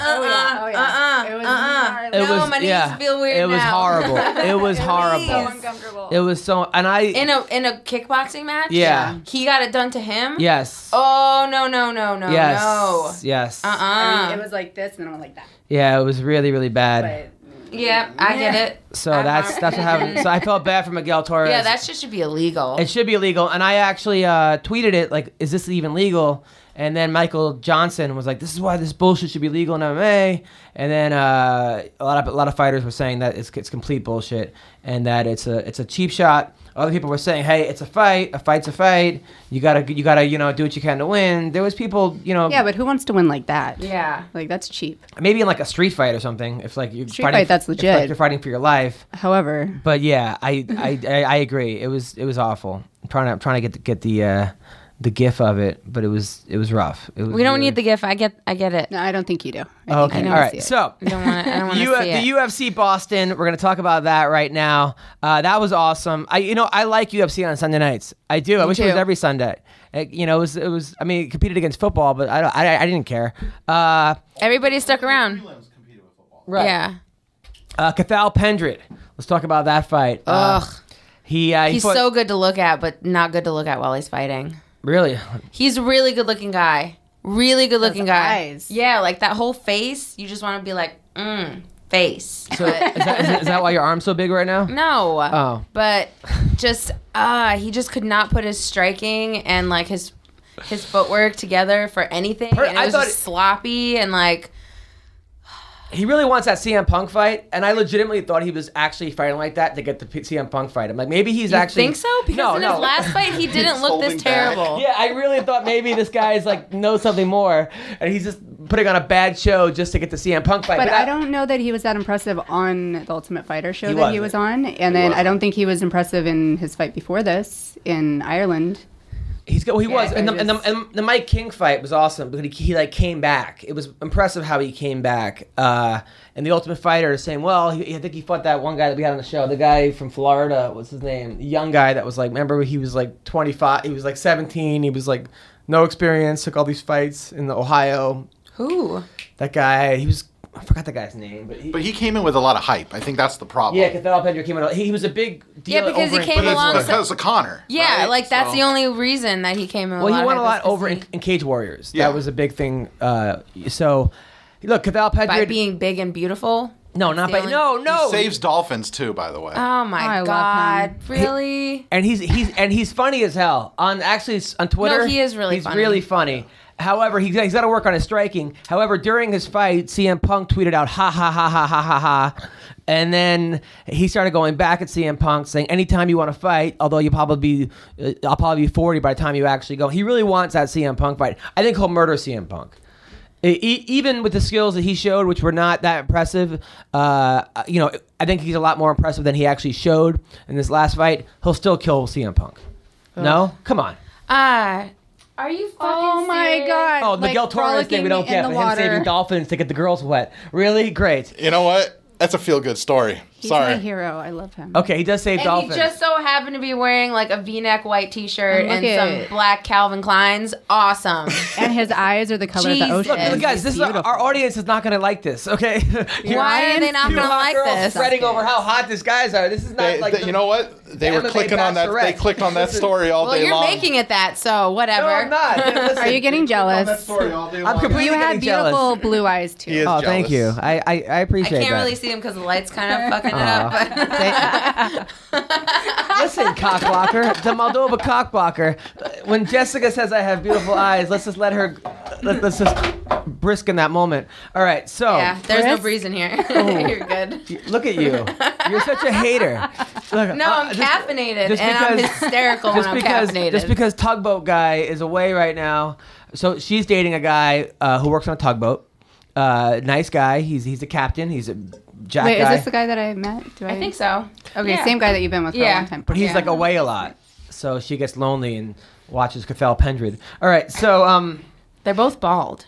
Speaker 5: Oh yeah. It was gnarly.
Speaker 3: It
Speaker 4: No,
Speaker 3: was
Speaker 4: oh, my knees
Speaker 3: yeah.
Speaker 4: feel weird
Speaker 3: It was
Speaker 4: now.
Speaker 3: horrible. It was
Speaker 5: so
Speaker 3: horrible.
Speaker 5: uncomfortable.
Speaker 3: It was so, and I
Speaker 4: in a in a kickboxing match.
Speaker 3: Yeah.
Speaker 4: he got it done to him.
Speaker 3: yes
Speaker 4: Oh no no no no
Speaker 3: yes
Speaker 4: no.
Speaker 3: yes
Speaker 7: Uh-uh.
Speaker 4: Uh uh
Speaker 5: I mean, it was like this, and then I'm like that.
Speaker 3: yeah it was really really bad.
Speaker 5: But
Speaker 4: Yeah, I get it.
Speaker 3: So that's that's what happened. So I felt bad for Miguel Torres.
Speaker 7: Yeah, that shit should be illegal.
Speaker 3: It should be illegal. And I actually uh, tweeted it like, "Is this even legal?" And then Michael Johnson was like, "This is why this bullshit should be legal in MMA." And then uh, a lot of a lot of fighters were saying that it's, it's complete bullshit and that it's a it's a cheap shot. Other people were saying, "Hey, it's a fight. A fight's a fight. You gotta you gotta you know do what you can to win." There was people you know
Speaker 5: yeah, but who wants to win like that?
Speaker 7: yeah.
Speaker 5: Like that's cheap.
Speaker 3: maybe in like a street fight or something. If like you're
Speaker 5: Street
Speaker 3: fighting,
Speaker 5: fight, that's
Speaker 3: if, like,
Speaker 5: legit.
Speaker 3: you're fighting for your life.
Speaker 5: However,
Speaker 3: But yeah, I I, I, I agree. It was it was awful. I'm trying to I'm trying to get the, get the uh, the gif of it, but it was it was rough. It was
Speaker 7: We don't
Speaker 3: really-
Speaker 7: need the gif. I get I get it.
Speaker 5: no, I don't think you do. I
Speaker 3: Oh,
Speaker 5: think
Speaker 3: okay.
Speaker 5: you
Speaker 3: All
Speaker 5: wanna
Speaker 3: right.
Speaker 5: see it.
Speaker 3: So
Speaker 7: I don't want to I don't want to
Speaker 3: you, uh,
Speaker 7: see it.
Speaker 3: the UFC Boston. We're gonna talk about that right now. Uh, that was awesome. I you know I like UFC on Sunday nights. I do. I wish it was
Speaker 7: too.
Speaker 3: every Sunday. It, you know it was it was. I mean, it competed against football, but I don't, I, I didn't care. Uh,
Speaker 7: Everybody stuck around. Yeah.
Speaker 3: uh, Cathal Pendrit. Let's talk about that fight. Uh,
Speaker 7: Ugh.
Speaker 3: he uh, he
Speaker 7: He's
Speaker 3: fought-
Speaker 7: so good to look at, but not good to look at while he's fighting.
Speaker 3: really
Speaker 7: He's a really good looking guy. Really good looking guy.
Speaker 5: eyes.
Speaker 7: Yeah, like that whole face. You just want to be like, mm, face.
Speaker 3: So is that, is, that- is that why your arm's so big right now?
Speaker 7: No.
Speaker 3: Oh.
Speaker 7: But just uh he just could not put his striking and like his his footwork together for anything.
Speaker 3: Per-
Speaker 7: and it
Speaker 3: I
Speaker 7: was
Speaker 3: thought
Speaker 7: just
Speaker 3: it-
Speaker 7: sloppy and like
Speaker 3: He really wants that CM Punk fight, and I legitimately thought he was actually fighting like that to get the P- CM Punk fight. I'm like, maybe he's
Speaker 7: you
Speaker 3: actually
Speaker 7: think so? Because
Speaker 3: no,
Speaker 7: in
Speaker 3: no.
Speaker 7: his last fight he didn't look
Speaker 8: holding
Speaker 7: this
Speaker 8: back.
Speaker 7: terrible.
Speaker 3: yeah, I really thought maybe this guy is like knows something more, and he's just putting on a bad show just to get the CM Punk fight.
Speaker 5: But I don't know that he was that impressive on the Ultimate Fighter show that he
Speaker 3: wasn't.
Speaker 5: was on, and then I don't think he was impressive in his fight before this in Ireland.
Speaker 3: He's go- he was,
Speaker 5: I
Speaker 3: and the, and, the,
Speaker 5: just-
Speaker 3: and the Mike King fight was awesome because he, he like came back. It was impressive how he came back. Uh, and the Ultimate Fighter is saying, well, he, I think he fought that one guy that we had on the show, the guy from Florida. What's his name? The young guy that was like, remember he was like 25, he was like 17, he was like no experience, took all these fights in the Ohio.
Speaker 7: Who?
Speaker 3: That guy, he was. I forgot the guy's name, but, he,
Speaker 8: But he came in with a lot of hype. I think that's the problem.
Speaker 3: yeah, Cathal Pedro came out. He, he was a big deal.
Speaker 7: Yeah, because he
Speaker 3: over in-
Speaker 7: came
Speaker 8: But it's
Speaker 7: along-
Speaker 8: because of Connor.
Speaker 7: Yeah,
Speaker 8: right?
Speaker 7: like that's
Speaker 8: So-
Speaker 7: the only reason that he came in.
Speaker 3: Well,
Speaker 7: a
Speaker 3: he
Speaker 7: lot
Speaker 3: won a
Speaker 7: of
Speaker 3: lot
Speaker 7: hype was
Speaker 3: over in,
Speaker 7: 'cause
Speaker 3: in Cage Warriors.
Speaker 8: Yeah.
Speaker 3: That was a big thing. Uh, so, look, Cathal Pedro.
Speaker 7: he- by being big and beautiful.
Speaker 3: No, not by
Speaker 7: the
Speaker 3: no,
Speaker 7: only-
Speaker 3: no.
Speaker 8: Saves dolphins too, by the way.
Speaker 4: Uh,
Speaker 7: Oh my
Speaker 5: I love
Speaker 7: god,
Speaker 5: him.
Speaker 7: really?
Speaker 3: and he's he's and he's funny as hell on actually s- on Twitter.
Speaker 7: he is really
Speaker 3: he's
Speaker 7: funny.
Speaker 3: really funny. However, he's, he's got to work on his striking. However, during his fight, CM Punk tweeted out ha ha ha ha ha ha ha, and then he started going back at CM Punk saying, "Anytime you want to fight, although you probably be, uh, I'll probably be forty by the time you actually go." He really wants that CM Punk fight. I think he'll murder CM Punk. E- e- even with the skills that he showed, which were not that impressive, uh, you know, I think he's a lot more impressive than he actually showed in this last fight. He'll still kill CM Punk. No, come on.
Speaker 4: Ah, are you fucking?
Speaker 5: Oh my
Speaker 4: serious?
Speaker 5: god!
Speaker 3: Oh, the
Speaker 5: like
Speaker 3: Miguel Torres thing we
Speaker 5: frolicking
Speaker 3: don't
Speaker 5: in
Speaker 3: get,
Speaker 5: the
Speaker 3: but him
Speaker 5: water.
Speaker 3: saving dolphins to get the girls wet. Really great.
Speaker 9: You know what? That's a feel good story.
Speaker 5: He's
Speaker 9: Sorry.
Speaker 5: my hero. I love him.
Speaker 3: Okay, he does save
Speaker 4: And
Speaker 3: dolphins.
Speaker 4: he just so happened to be wearing like a V-neck white T-shirt
Speaker 5: And look
Speaker 4: and
Speaker 5: at-
Speaker 4: some black Calvin Kleins. Awesome.
Speaker 5: And his eyes are the color of the
Speaker 4: Jesus.
Speaker 5: ocean.
Speaker 4: Look, look,
Speaker 3: Guys,
Speaker 5: He's
Speaker 3: this is
Speaker 5: beautiful.
Speaker 3: our audience is not going to like this. Okay, You're-
Speaker 4: Why are they not
Speaker 3: Two
Speaker 4: gonna
Speaker 3: hot
Speaker 4: like
Speaker 3: girls
Speaker 4: this?
Speaker 3: Fretting over how hot these guys are. This is not
Speaker 9: They-
Speaker 3: like
Speaker 9: they-
Speaker 3: the-
Speaker 9: you know what? They
Speaker 3: the
Speaker 9: were
Speaker 3: MMA
Speaker 9: clicking on that. They
Speaker 3: bachelorette.
Speaker 9: clicked on that story all
Speaker 4: well,
Speaker 9: day
Speaker 4: you're
Speaker 9: long.
Speaker 4: making it that, so whatever.
Speaker 3: No, I'm not. Listen,
Speaker 5: Are you getting jealous?
Speaker 3: I'm completely
Speaker 5: You have
Speaker 3: getting jealous.
Speaker 5: beautiful blue eyes too.
Speaker 9: He is
Speaker 3: Oh, thank you.
Speaker 9: jealous.
Speaker 3: I I, I
Speaker 4: I
Speaker 3: appreciate
Speaker 4: can't
Speaker 3: that.
Speaker 4: really see him because the light's kind of fucking it up. But
Speaker 3: Listen, cockblocker, the Moldova cockblocker. When Jessica says I have beautiful eyes, let's just let her. Let, let's just brisk in that moment. All right, so
Speaker 4: yeah, there's no
Speaker 5: Chris?
Speaker 4: breeze in here. You're good.
Speaker 3: look at you. You're such a hater. Look,
Speaker 4: No,
Speaker 3: uh,
Speaker 4: I'm
Speaker 3: just-
Speaker 4: caffeinated,
Speaker 3: just
Speaker 4: and I'm
Speaker 3: because-
Speaker 4: hysterical when
Speaker 3: just
Speaker 4: I'm
Speaker 3: because
Speaker 4: caffeinated.
Speaker 3: just because tugboat guy is away right now so she's dating a guy uh, who works on a tugboat uh, nice guy he's he's a captain he's a jack
Speaker 5: Wait,
Speaker 3: guy
Speaker 5: is this the guy that I met? Do I,
Speaker 4: I think so.
Speaker 5: Okay,
Speaker 4: Yeah.
Speaker 5: same guy that you've been with for a
Speaker 4: Yeah.
Speaker 5: long time.
Speaker 3: but he's
Speaker 4: yeah.
Speaker 3: like away a lot so she gets lonely and watches Cathal Pendred all right so um
Speaker 4: They're both bald.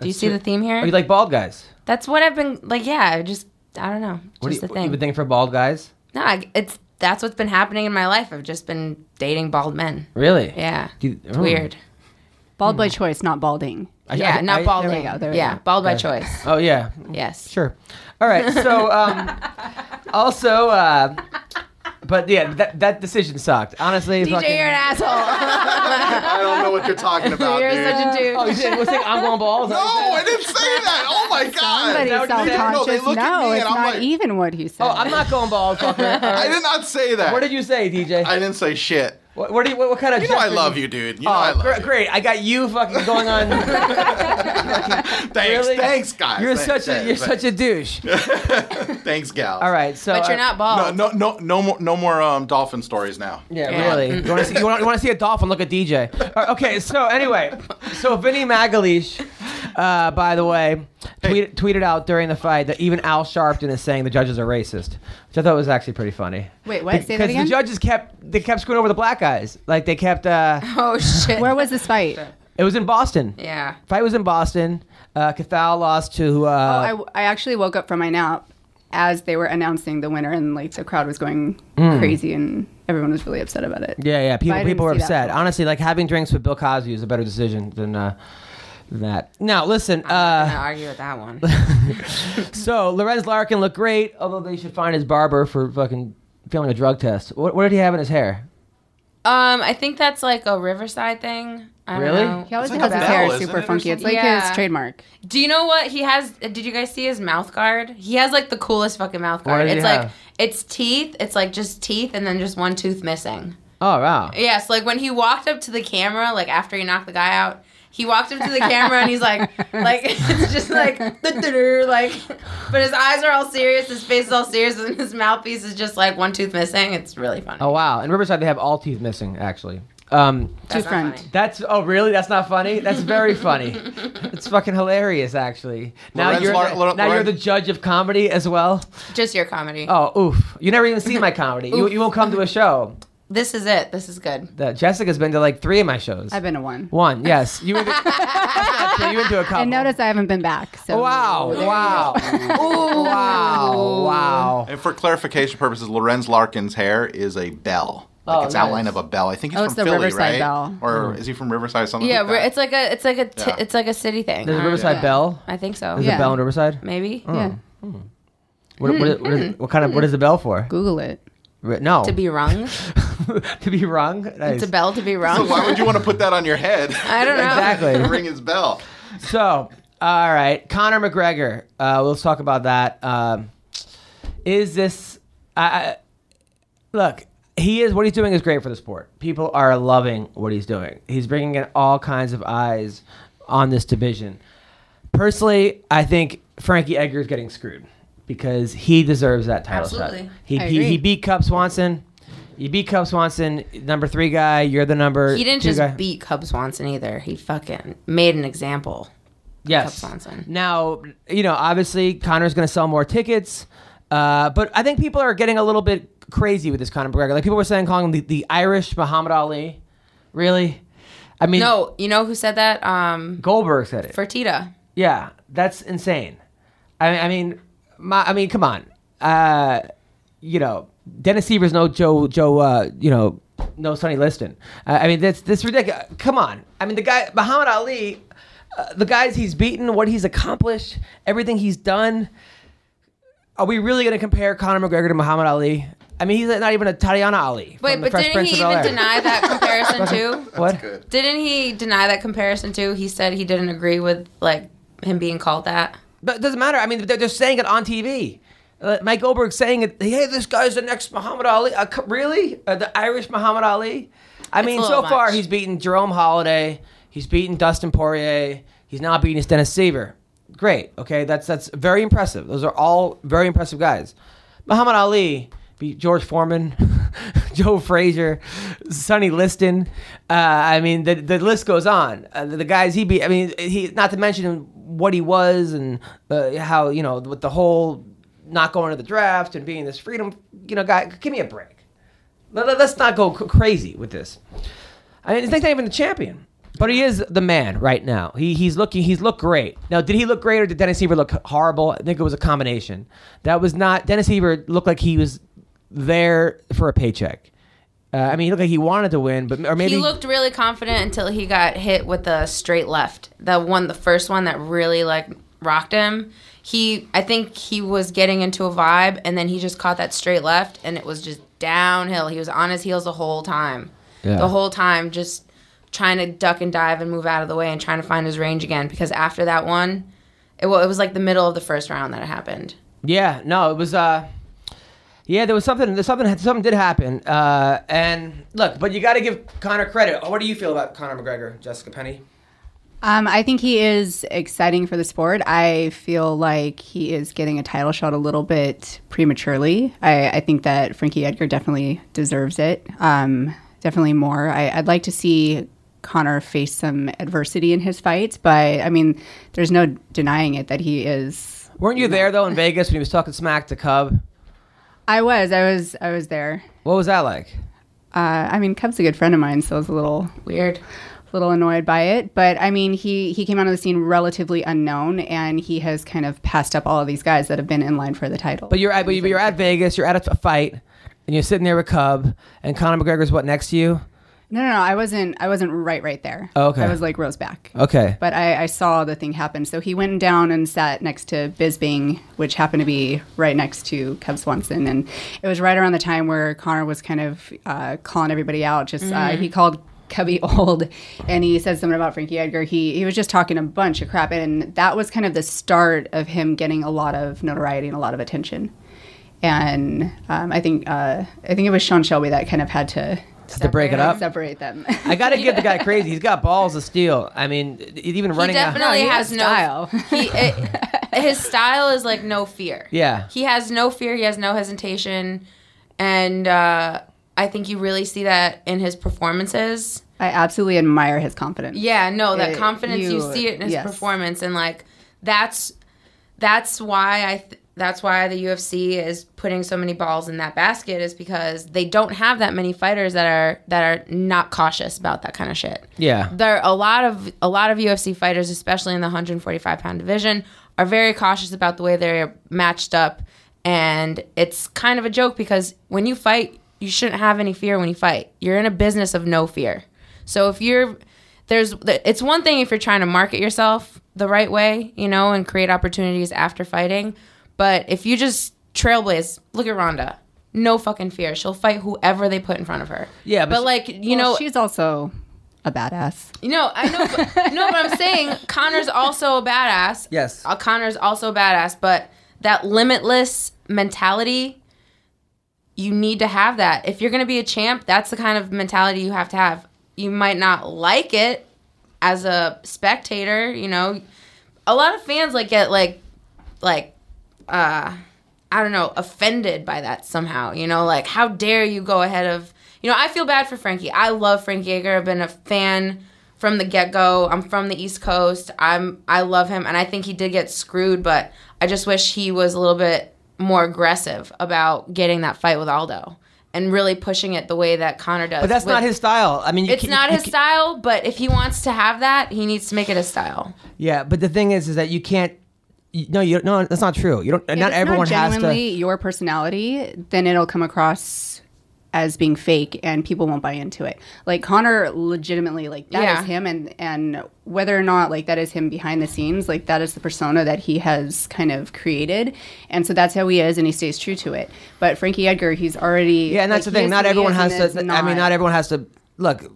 Speaker 4: Do you see
Speaker 3: true.
Speaker 4: the theme
Speaker 3: are
Speaker 4: here?
Speaker 3: you like bald guys
Speaker 4: That's what I've been like. Yeah, I just I don't know. Just
Speaker 3: what do you,
Speaker 4: the
Speaker 3: what you
Speaker 4: thing.
Speaker 3: would think for bald guys
Speaker 4: No, I, it's that's what's been happening in my life. I've just been dating bald men.
Speaker 3: really
Speaker 4: Yeah,
Speaker 3: You-
Speaker 4: it's
Speaker 3: oh.
Speaker 4: weird.
Speaker 5: Bald by choice, not balding.
Speaker 3: Hmm. I-
Speaker 4: yeah,
Speaker 3: I-
Speaker 4: not
Speaker 3: I-
Speaker 4: balding.
Speaker 5: go, there we
Speaker 4: yeah,
Speaker 5: go.
Speaker 4: bald by choice.
Speaker 3: oh yeah
Speaker 4: Yes.
Speaker 3: Sure. All right. So, um, also, uh, but yeah, that, that decision sucked. Honestly,
Speaker 4: DJ, you're an asshole.
Speaker 8: I don't know what you're talking about,
Speaker 4: you're
Speaker 8: dude.
Speaker 4: such a dude.
Speaker 3: Oh, you did. What's like, I'm going balls.
Speaker 9: No, I didn't say that. Oh my god.
Speaker 5: But he's
Speaker 3: that what you said?
Speaker 9: No, they
Speaker 5: self-conscious. No,
Speaker 9: look at me
Speaker 5: it's
Speaker 9: and I'm
Speaker 5: not
Speaker 9: like-
Speaker 5: even what he said.
Speaker 3: Oh, I'm not going balls, fucker. All
Speaker 9: I
Speaker 3: right.
Speaker 9: did not say that.
Speaker 3: What did you say, DJ?
Speaker 8: I didn't say shit.
Speaker 3: what, what, do you, what, what kind of?
Speaker 9: You know I
Speaker 3: gesture-
Speaker 9: love you, dude. You know
Speaker 3: Oh,
Speaker 9: I love
Speaker 3: gr-
Speaker 9: you.
Speaker 3: great! I got you fucking going on.
Speaker 9: Thanks,
Speaker 3: really?
Speaker 9: thanks, guys.
Speaker 3: You're
Speaker 9: Thanks,
Speaker 3: such a
Speaker 9: thanks,
Speaker 3: you're
Speaker 9: thanks.
Speaker 3: such a douche.
Speaker 9: Thanks, gal.
Speaker 3: All right, so uh,
Speaker 4: but you're not bald.
Speaker 8: No, no, no, no more, no more um, dolphin stories now.
Speaker 3: Yeah,
Speaker 4: Yeah.
Speaker 3: really. You want to see, you wanna- you wanna see a dolphin? Look at DJ. Uh, okay, so anyway, so Vinny Magalish, uh, by the way, tweet, tweeted out during the fight that even Al Sharpton is saying the judges are racist, which I thought was actually pretty funny.
Speaker 5: Wait, what? Say that
Speaker 3: Because the
Speaker 5: again.
Speaker 3: judges kept they kept screwing over the black guys. Like they kept. Uh,
Speaker 4: Oh shit.
Speaker 5: Where was this fight?
Speaker 3: it was in Boston.
Speaker 4: Yeah.
Speaker 3: Fight was in Boston. Uh, Cathal lost to.
Speaker 5: Oh,
Speaker 3: Uh,
Speaker 5: I, I actually woke up from my nap as they were announcing the winner, and like the crowd was going crazy, and everyone was really upset about it.
Speaker 3: yeah, yeah.
Speaker 5: I
Speaker 3: People
Speaker 5: didn't
Speaker 3: people were
Speaker 5: see that
Speaker 3: upset.
Speaker 5: one.
Speaker 3: Honestly, like having drinks with Bill Cosby is a better decision than. Uh, than that now listen
Speaker 4: I'm
Speaker 3: uh
Speaker 4: gonna argue with that one.
Speaker 3: So Lorenz Larkin looked great, although they should find his barber for fucking failing a drug test. What, what did he have in his hair?
Speaker 4: um, I think that's like a Riverside thing. I don't
Speaker 3: Really?
Speaker 4: know.
Speaker 5: He always
Speaker 8: It's like
Speaker 5: has
Speaker 8: a
Speaker 5: his
Speaker 8: bell,
Speaker 5: hair
Speaker 8: isn't it,
Speaker 5: super
Speaker 8: or
Speaker 5: funky. It's
Speaker 8: something?
Speaker 5: like
Speaker 4: Yeah.
Speaker 5: his trademark.
Speaker 4: Do you know what he has? uh, Did you guys see his mouth guard? He has like the coolest fucking mouth
Speaker 3: What
Speaker 4: guard.
Speaker 3: does he
Speaker 4: It's like
Speaker 3: have?
Speaker 4: it's teeth. It's like just teeth, and then just one tooth missing.
Speaker 3: Oh wow!
Speaker 4: Yes, like when he walked up to the camera, like after he knocked the guy out, he walked up to the camera and he's like, like it's just like, "Du-du-du," like, but his eyes are all serious, his face is all serious, and his mouthpiece is just like one tooth missing. It's really funny.
Speaker 3: Oh wow! In Riverside, they have all teeth missing. Actually, um,
Speaker 5: Two
Speaker 4: That's not
Speaker 5: front.
Speaker 4: funny.
Speaker 3: that's oh really? That's not funny. That's very funny. it's fucking hilarious, actually. Now
Speaker 9: Lorenz
Speaker 3: you're
Speaker 9: Lar-
Speaker 3: the,
Speaker 9: Lor-
Speaker 3: now you're
Speaker 9: Lorenz-
Speaker 3: the judge of comedy as well.
Speaker 4: Just your comedy.
Speaker 3: Oh oof! You never even see my comedy. you you won't come to a show.
Speaker 4: This is it. This is good.
Speaker 3: That Jessica's been to like three of my shows.
Speaker 5: I've been to one.
Speaker 3: One, yes. You went to, that's not true. you went to a couple.
Speaker 5: And notice I haven't been back.
Speaker 4: Oh,
Speaker 5: So
Speaker 3: Wow! Wow! Wow! Wow!
Speaker 8: And for clarification purposes, Lorenz Larkin's hair is a bell. Like
Speaker 3: Oh,
Speaker 8: it's
Speaker 3: nice.
Speaker 8: outline of a bell. I think he's
Speaker 5: Oh,
Speaker 8: from
Speaker 5: it's the
Speaker 8: Philly,
Speaker 5: Riverside
Speaker 8: right?
Speaker 5: bell.
Speaker 8: Or
Speaker 3: Hmm.
Speaker 8: is he from Riverside? Something
Speaker 4: Yeah,
Speaker 8: like that.
Speaker 4: we're- it's like a, it's like a, t-
Speaker 8: Yeah.
Speaker 4: it's like a city thing.
Speaker 3: There's a Riverside Bell.
Speaker 4: I think so.
Speaker 3: There's
Speaker 5: Yeah.
Speaker 3: a bell Oh, in Riverside.
Speaker 4: Maybe
Speaker 5: Yeah.
Speaker 3: What, what, is- what, is, what kind of what is the bell for?
Speaker 5: Google it.
Speaker 3: Re- No,
Speaker 4: Mm-hmm. to be rung.
Speaker 3: to be wrong. Nice.
Speaker 4: It's a bell to be rung.
Speaker 8: Why would you want to put that on your head?
Speaker 4: I don't know.
Speaker 3: Exactly.
Speaker 8: Ring his bell.
Speaker 3: so, all right, Conor McGregor. Uh, let's talk about that. Um, is this? I I- look, he is what he's doing is great for the sport. People are loving what he's doing. He's bringing in all kinds of eyes on this division. Personally, I think Frankie Edgar is getting screwed because he deserves that title shot.
Speaker 4: Absolutely.
Speaker 3: He,
Speaker 5: I
Speaker 3: he,
Speaker 5: agree.
Speaker 3: he beat Cub Swanson. You beat Cub Swanson, number three guy. You're the number.
Speaker 4: He didn't
Speaker 3: two
Speaker 4: just
Speaker 3: guy.
Speaker 4: beat Cub Swanson either. He fucking made an example.
Speaker 3: Yes.
Speaker 7: Cup Swanson.
Speaker 3: Now, you know, obviously Connor's going to sell more tickets, uh, but I think people are getting a little bit crazy with this Conor McGregor. Like people were saying, calling him the, the Irish Muhammad Ali. Really? I mean,
Speaker 4: No, you know who said that? Um,
Speaker 3: Goldberg said it.
Speaker 4: Fertitta.
Speaker 3: yeah, that's insane. I, I mean, my, I mean, come on. Uh, you know, Dennis Seaver's no Joe Joe. Uh, you know, no Sonny Liston. Uh, I mean, that's this ridiculous. Come on. I mean, the guy Muhammad Ali, uh, the guys he's beaten, what he's accomplished, everything he's done. Are we really going to compare Conor McGregor to Muhammad Ali? I mean, he's not even a Tatiana Ali.
Speaker 4: Wait,
Speaker 3: from the
Speaker 4: but
Speaker 3: Fresh
Speaker 4: didn't
Speaker 3: Prince
Speaker 4: he
Speaker 3: of
Speaker 4: even
Speaker 3: Bel-Air.
Speaker 4: deny that comparison too?
Speaker 3: What?
Speaker 4: Didn't he deny that comparison too? He said he didn't agree with like him being called that.
Speaker 3: But it doesn't matter. I mean, they're just saying it on TV. Uh, Mike Goldberg saying it. Hey, this guy's the next Muhammad Ali. Uh, c- really? Uh, the Irish Muhammad Ali? I mean,
Speaker 4: a
Speaker 3: so
Speaker 4: little
Speaker 3: far
Speaker 4: much.
Speaker 3: he's beaten Jerome Holiday. He's beaten Dustin Poirier. He's now beating his Dennis Seaver. Great. Okay, that's that's very impressive. Those are all very impressive guys. Muhammad Ali beat George Foreman, Joe Frazier, Sonny Liston. Uh, I mean, the the list goes on. Uh, the, the guys he beat. I mean, he not to mention what he was and uh, how you know with the whole not going to the draft and being this freedom you know guy. Give me a break. Let, let- let's not go c- crazy with this. I mean, he's not even the champion, but he is the man right now. He he's looking he's looked great. Now, did he look great or did Dennis Heaver look horrible? I think it was a combination. That was not Dennis Heaver looked like he was there for a paycheck. Uh, I mean, he looked like he wanted to win, but or maybe
Speaker 4: He looked really confident until he got hit with a straight left. That one, the first one that really like rocked him. He, I think he was getting into a vibe, and then he just caught that straight left, and it was just downhill. He was on his heels the whole time,
Speaker 3: Yeah.
Speaker 4: the whole time, just trying to duck and dive and move out of the way and trying to find his range again. Because after that one, it, wa- it was like the middle of the first round that it happened.
Speaker 3: yeah, no, it was uh yeah, there was something there's something something did happen. Uh, and look, but you got to give Conor credit. What do you feel about Conor McGregor, Jessica Penny?
Speaker 5: Um, I think he is exciting for the sport. I feel like he is getting a title shot a little bit prematurely. I, I think that Frankie Edgar definitely deserves it. Um, definitely more. I, I'd like to see Connor face some adversity in his fights, but I mean, there's no denying it that he is.
Speaker 3: Weren't you there though in Vegas when he was talking smack to Cub?
Speaker 5: I was, I was, I was there.
Speaker 3: What was that like?
Speaker 5: Uh, I mean, Cub's a good friend of mine, so I was a little
Speaker 4: Weird.
Speaker 5: little annoyed by it, but I mean, he he came out of the scene relatively unknown, and he has kind of passed up all of these guys that have been in line for the title.
Speaker 3: But you're at but you're at Vegas. You're at a, a fight, and you're sitting there with Cub, and Conor McGregor's what next to you?
Speaker 5: no, no, no, I wasn't I wasn't right right there.
Speaker 3: Oh, Okay.
Speaker 5: I was like rows back.
Speaker 3: Okay.
Speaker 5: But I, I saw the thing happen. So he went down and sat next to Bisbing, which happened to be right next to Kev Swanson. And it was right around the time where Connor was kind of uh, calling everybody out. Just uh,
Speaker 4: Mm.
Speaker 5: he called Cubby old and he said something about Frankie Edgar. He, he was just talking a bunch of crap. And that was kind of the start of him getting a lot of notoriety and a lot of attention. And um, I think uh, I think it was Sean Shelby that kind of had to
Speaker 3: to break it up.
Speaker 5: separate them.
Speaker 3: I gotta give the guy crazy. He's got balls of steel. I mean, e- even running.
Speaker 4: he
Speaker 3: out-
Speaker 4: definitely
Speaker 5: No, he
Speaker 4: has,
Speaker 5: has
Speaker 4: no
Speaker 5: style.
Speaker 4: he it, his style is like no fear
Speaker 3: Yeah.
Speaker 4: he has no fear he has no hesitation and uh i think you really see that in his performances
Speaker 5: I absolutely admire his confidence.
Speaker 4: yeah no that
Speaker 5: It-
Speaker 4: confidence you,
Speaker 5: you-
Speaker 4: see it in his
Speaker 5: yes.
Speaker 4: performance and like that's that's why i th- that's why the UFC is putting so many balls in that basket is because they don't have that many fighters that are that are not cautious about that kind of shit
Speaker 3: Yeah.
Speaker 4: there a lot of a lot of UFC fighters, especially in the 145 pound division, are very cautious about the way they're matched up, and it's kind of a joke because when you fight, you shouldn't have any fear when you fight. You're in a business of no fear. So if you're there's it's one thing if you're trying to market yourself the right way, you know, and create opportunities after fighting, but if you just trailblaze, look at Ronda. No fucking fear. She'll fight whoever they put in front of her.
Speaker 3: Yeah, but
Speaker 4: but,
Speaker 3: she-
Speaker 4: like you
Speaker 5: Well,
Speaker 4: know,
Speaker 5: she's also a badass.
Speaker 4: you know, I know, but, no, but I'm saying Connor's also a badass.
Speaker 3: Yes.
Speaker 4: Uh, Connor's also a badass, but that limitless mentality, you need to have that. If you're going to be a champ, that's the kind of mentality you have to have. You might not like it as a spectator, you know. A lot of fans like get like, like, uh, I don't know, offended by that somehow. You know, like how dare you go ahead of? You know, I feel bad for Frankie. I love Frankie Edgar. I've been a fan from the get go. I'm from the East Coast. I'm I love him, and I think he did get screwed, but I just wish he was a little bit more aggressive about getting that fight with Aldo and really pushing it the way that Connor does.
Speaker 3: But that's
Speaker 4: with-
Speaker 3: not his style. I mean, you
Speaker 4: It's
Speaker 3: can't-
Speaker 4: not
Speaker 3: you
Speaker 4: his
Speaker 3: can't-
Speaker 4: style, but if he wants to have that, he needs to make it his style.
Speaker 3: Yeah, but the thing is, is that you can't. You, no, you no, that's not true. You don't. not
Speaker 5: if it's
Speaker 3: everyone
Speaker 5: not
Speaker 3: has
Speaker 5: genuinely
Speaker 3: to.
Speaker 5: your personality, then it'll come across as being fake and people won't buy into it. Like Connor legitimately like that is
Speaker 4: Yeah.
Speaker 5: him and and whether or not like that is him behind the scenes, like that is the persona that he has kind of created. And so that's how he is and he stays true to it. But Frankie Edgar, he's already
Speaker 3: Yeah, and that's
Speaker 5: like,
Speaker 3: the
Speaker 5: he
Speaker 3: thing.
Speaker 5: is
Speaker 3: Not
Speaker 5: who he
Speaker 3: everyone
Speaker 5: is
Speaker 3: has
Speaker 5: and
Speaker 3: to.
Speaker 5: it's
Speaker 3: I mean, not everyone has to. Look,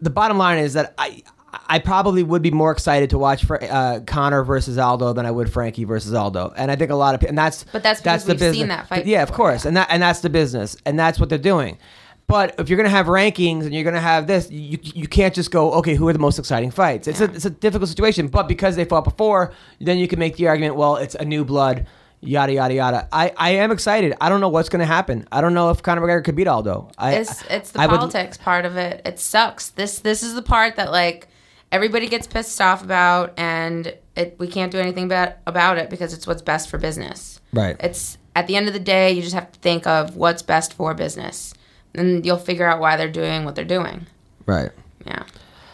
Speaker 3: the bottom line is that I, I probably would be more excited to watch Fra- uh, Connor versus Aldo than I would Frankie versus Aldo, and I think a lot of people. And that's
Speaker 4: But that's
Speaker 3: that's
Speaker 4: because
Speaker 3: the
Speaker 4: we've seen
Speaker 3: business.
Speaker 4: that fight
Speaker 3: yeah, of
Speaker 4: before,
Speaker 3: course, and that and that's the business, and that's what they're doing. But if you're going to have rankings and you're going to have this, you, you can't just go, okay, who are the most exciting fights? It's, a, it's a difficult situation. But because they fought before, then you can make the argument, well, it's a new blood, yada, yada, yada. I, I am excited. I don't know what's going to happen. I don't know if Conor McGregor could beat Aldo. I,
Speaker 4: It's it's the
Speaker 3: I would-
Speaker 4: politics part of it. It sucks. This this is the part that like everybody gets pissed off about, and it we can't do anything about about it because it's what's best for business.
Speaker 3: Right.
Speaker 4: It's at the end of the day, you just have to think of what's best for business, and you'll figure out why they're doing what they're doing.
Speaker 3: right.
Speaker 4: Yeah.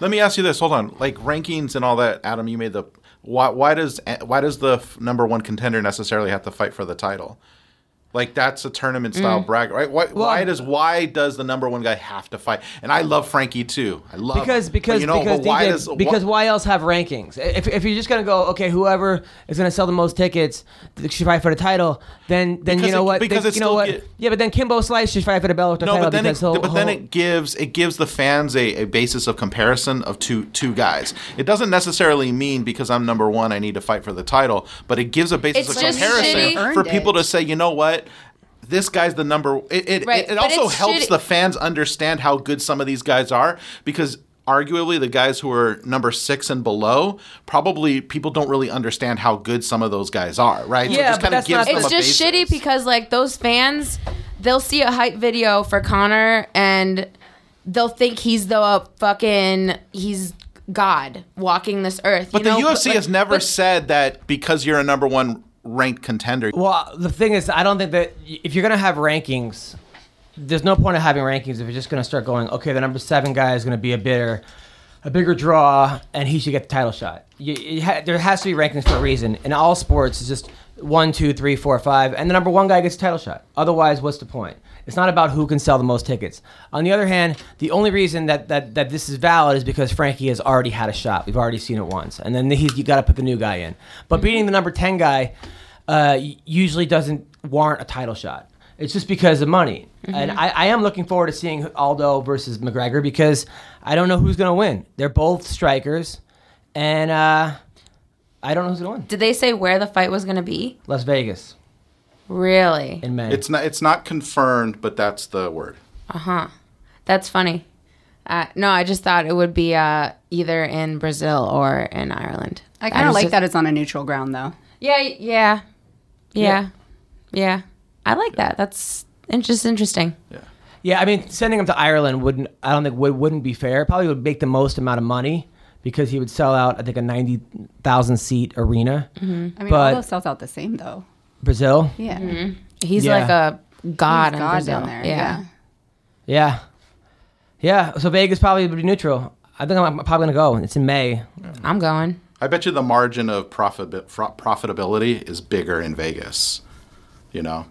Speaker 8: Let me ask you this. Hold on, like rankings and all that. Adam, you made the why? Why does why does the f- number one contender necessarily have to fight for the title? Like that's a tournament
Speaker 3: Mm.
Speaker 8: style bracket, right? Why, why does why does the number one guy have to fight? And I love Frankie too. I love him.
Speaker 3: Because
Speaker 8: Uh, But,
Speaker 3: because
Speaker 8: you know,
Speaker 3: because
Speaker 8: but why
Speaker 3: DJ
Speaker 8: does why-
Speaker 3: because why else have rankings? If, if you're just gonna go okay, whoever is gonna sell the most tickets should fight for the title, then then
Speaker 8: Because
Speaker 3: you know
Speaker 8: it-
Speaker 3: what?
Speaker 8: because
Speaker 3: then,
Speaker 8: it's
Speaker 3: you know
Speaker 8: still
Speaker 3: what?
Speaker 8: get-
Speaker 3: yeah, but then Kimbo Slice should fight for the Bellator
Speaker 8: no,
Speaker 3: title
Speaker 8: but then it,
Speaker 3: because he'll,
Speaker 8: but then
Speaker 3: he'll-
Speaker 8: it gives it gives the fans a, a basis of comparison of two two guys. It doesn't necessarily mean because I'm number one I need to fight for the title, but it gives a basis
Speaker 4: It's
Speaker 8: of
Speaker 4: just
Speaker 8: comparison
Speaker 5: shitty.
Speaker 8: for
Speaker 5: Earned
Speaker 8: people
Speaker 5: it.
Speaker 8: to say, you know what. This guy's the number. It, it,
Speaker 4: Right,
Speaker 8: it, it
Speaker 4: but
Speaker 8: also
Speaker 4: it's
Speaker 8: helps
Speaker 4: shitty-
Speaker 8: the fans understand how good some of these guys are because arguably the guys who are number six and below probably people don't really understand how good some of those guys are, right?
Speaker 3: Yeah, but
Speaker 8: kinda
Speaker 3: that's not-
Speaker 8: them
Speaker 4: it's
Speaker 8: a
Speaker 4: just
Speaker 8: basis.
Speaker 4: shitty because like those fans they'll see a hype video for connor and they'll think he's the fucking he's god walking this earth
Speaker 8: But the
Speaker 4: know?
Speaker 8: UFC
Speaker 4: like-
Speaker 8: has never
Speaker 4: but-
Speaker 8: said that because you're a number one ranked contender.
Speaker 3: Well, the thing is, I don't think that if you're gonna have rankings, there's no point of having rankings if you're just gonna start going. Okay, the number seven guy is gonna be a bigger, a bigger draw, and he should get the title shot. You, you ha- there has to be rankings for a reason. In all sports, it's just one, two, three, four, five, and the number one guy gets the title shot. Otherwise, what's the point? It's not about who can sell the most tickets. On the other hand, the only reason that, that, that this is valid is because Frankie has already had a shot. We've already seen it once, and then he's you got to put the new guy in. But beating the number ten guy, uh, y- usually doesn't warrant a title shot. It's just because of money. And I, I am looking forward to seeing Aldo versus McGregor because I don't know who's going to win. They're both strikers, and uh, I don't know who's going to win.
Speaker 4: did they say where the fight was gonna be
Speaker 3: Las Vegas
Speaker 4: really
Speaker 3: in May.
Speaker 8: It's not. It's not confirmed, but that's the word.
Speaker 4: Uh-huh. that's funny uh, no i just thought it would be uh, either in brazil or in ireland
Speaker 5: I kind of
Speaker 4: was
Speaker 5: like
Speaker 4: just-
Speaker 5: that it's on a neutral ground though.
Speaker 4: yeah yeah yeah yeah i like that that's it's just interesting
Speaker 3: yeah, I mean, sending him to Ireland wouldn't. I don't think would wouldn't be fair. Probably would make the most amount of money because he would sell out. I think a ninety thousand seat arena.
Speaker 5: I mean,
Speaker 3: But-
Speaker 5: Aldo sells out the same though.
Speaker 3: Brazil.
Speaker 5: Yeah.
Speaker 4: he's
Speaker 3: Yeah.
Speaker 4: like a god,
Speaker 5: He's
Speaker 4: in
Speaker 5: God
Speaker 4: Brazil.
Speaker 5: down there,
Speaker 4: yeah.
Speaker 5: yeah.
Speaker 3: Yeah. Yeah. So Vegas probably would be neutral. I think I'm probably going to go. It's in May.
Speaker 4: i'm going
Speaker 8: I bet you the margin of profit fro- profitability is bigger in Vegas. You know,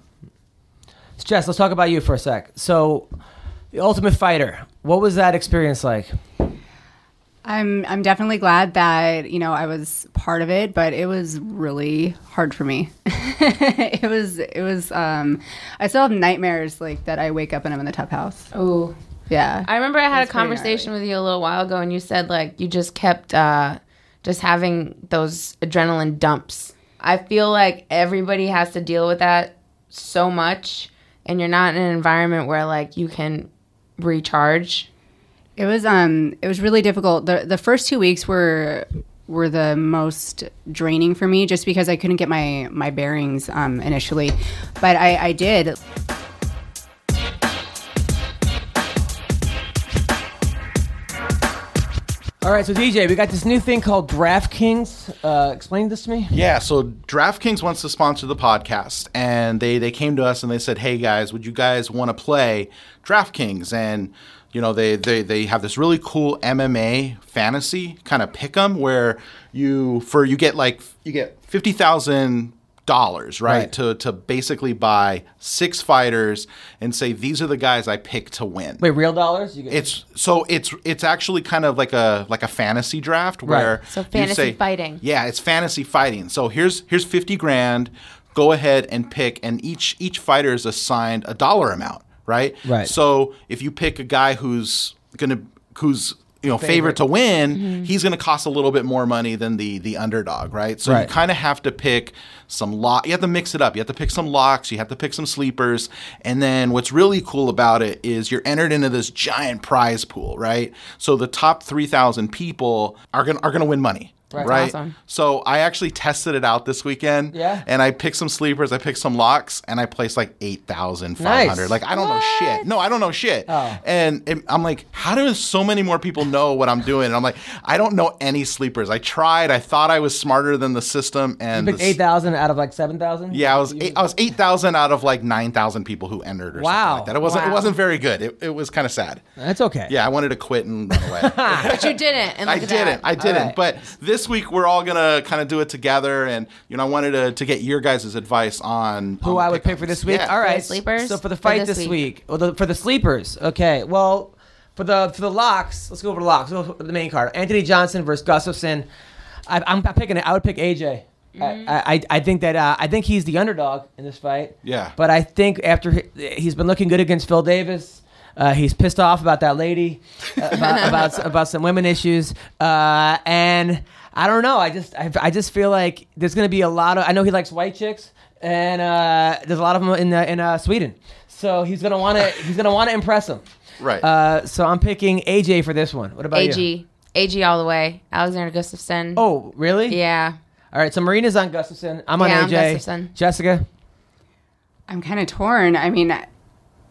Speaker 3: So, Jess, let's talk about you for a sec. So, The Ultimate Fighter, what was that experience like?
Speaker 5: I'm I'm definitely glad that you know I was part of it, but it was really hard for me. it was it was um I still have nightmares like that. I wake up and I'm in the tub house.
Speaker 4: Ooh.
Speaker 5: Yeah,
Speaker 4: I remember I had a
Speaker 5: pretty
Speaker 4: conversation with you a little while ago, and you said like you just kept uh, just having those adrenaline dumps. I feel like everybody has to deal with that so much, and you're not in an environment where like you can recharge.
Speaker 5: It was um it was really difficult. The the first two weeks were were the most draining for me just because I couldn't get my my bearings um initially. But I, I did.
Speaker 3: All right, so DJ, we got this new thing called DraftKings. Uh, explain this to me.
Speaker 8: Yeah, so DraftKings wants to sponsor the podcast, and they they came to us and they said, "Hey guys, would you guys want to play DraftKings?" And you know they they they have this really cool MMA fantasy kind of pick 'em where you for you get like you get fifty thousand dollars right to to basically buy six fighters and say these are the guys I pick to win.
Speaker 3: Wait, real dollars? You get,
Speaker 8: It's so it's it's actually kind of like a like a fantasy draft where
Speaker 7: So
Speaker 8: you
Speaker 7: fantasy
Speaker 8: say-
Speaker 7: fighting.
Speaker 8: Yeah, it's fantasy fighting. So here's here's fifty grand. Go ahead and pick, and each each fighter is assigned a dollar amount, right?
Speaker 3: Right.
Speaker 8: So if you pick a guy who's gonna who's you know favorite, to win,
Speaker 3: Mm-hmm.
Speaker 8: he's gonna cost a little bit more money than the the underdog, right? So
Speaker 3: Right.
Speaker 8: you kind of have to pick some lock. You have to mix it up. You have to pick some locks. You have to pick some sleepers. And then what's really cool about it is you're entered into this giant prize pool, right? So the top three thousand people are gonna are gonna win money. Right.
Speaker 7: Awesome.
Speaker 8: So I actually tested it out this weekend.
Speaker 3: Yeah.
Speaker 8: And I picked some sleepers, I picked some locks, and I placed like 8,500.
Speaker 3: Nice.
Speaker 8: Like, I don't know shit. No, I don't know shit.
Speaker 3: Oh.
Speaker 8: And it- I'm like, how do so many more people know what I'm doing? And I'm like, I don't know any sleepers. I tried. I thought I was smarter than the system. And
Speaker 3: you picked
Speaker 8: the s-
Speaker 3: eight thousand out of like seven thousand.
Speaker 8: Yeah, I was eight, I was eight thousand out of like nine thousand people who entered or
Speaker 3: Wow.
Speaker 8: something like that. It wasn't it
Speaker 7: Wow.
Speaker 8: wasn't very good. It, it was kind of sad.
Speaker 3: That's okay.
Speaker 8: Yeah, I wanted to quit and run away.
Speaker 7: But you didn't. And look
Speaker 8: I
Speaker 7: at
Speaker 8: didn't.
Speaker 7: That.
Speaker 8: I didn't.
Speaker 3: right.
Speaker 8: But this week we're all gonna kind of do it together, and you know, I wanted to, to get your guys' advice on
Speaker 3: who
Speaker 8: on
Speaker 3: I would pick
Speaker 8: pick-ups.
Speaker 3: for this week.
Speaker 8: Yeah.
Speaker 3: All right,
Speaker 7: For the sleepers?
Speaker 3: So for the
Speaker 7: For
Speaker 3: fight
Speaker 7: this
Speaker 3: this
Speaker 7: week.
Speaker 3: week, well, the, for the sleepers. Okay, well, for the for the locks, let's go over the locks. Let's go over the main card: Anthony Johnson versus Gustafson. I, I'm picking it. I would pick AJ.
Speaker 7: Mm-hmm.
Speaker 3: I, I I think that uh, I think he's the underdog in this fight.
Speaker 8: Yeah.
Speaker 3: But I think after he, he's been looking good against Phil Davis. Uh, he's pissed off about that lady, uh, about, about about some women issues, uh, and I don't know. I just I, I just feel like there's gonna be a lot of. I know he likes white chicks, and uh, there's a lot of them in uh, in uh, Sweden. So he's gonna wanna he's gonna wanna impress them.
Speaker 8: Right.
Speaker 3: Uh, so I'm picking AJ for this one. What about you?
Speaker 7: AG. AG all the way. Alexander Gustafson.
Speaker 3: Oh, really?
Speaker 7: Yeah.
Speaker 3: All right. So Marina's on Gustafson. I'm on
Speaker 7: Yeah, I'm
Speaker 3: AJ.
Speaker 7: Gustafson.
Speaker 3: Jessica.
Speaker 5: I'm kind of torn. I mean,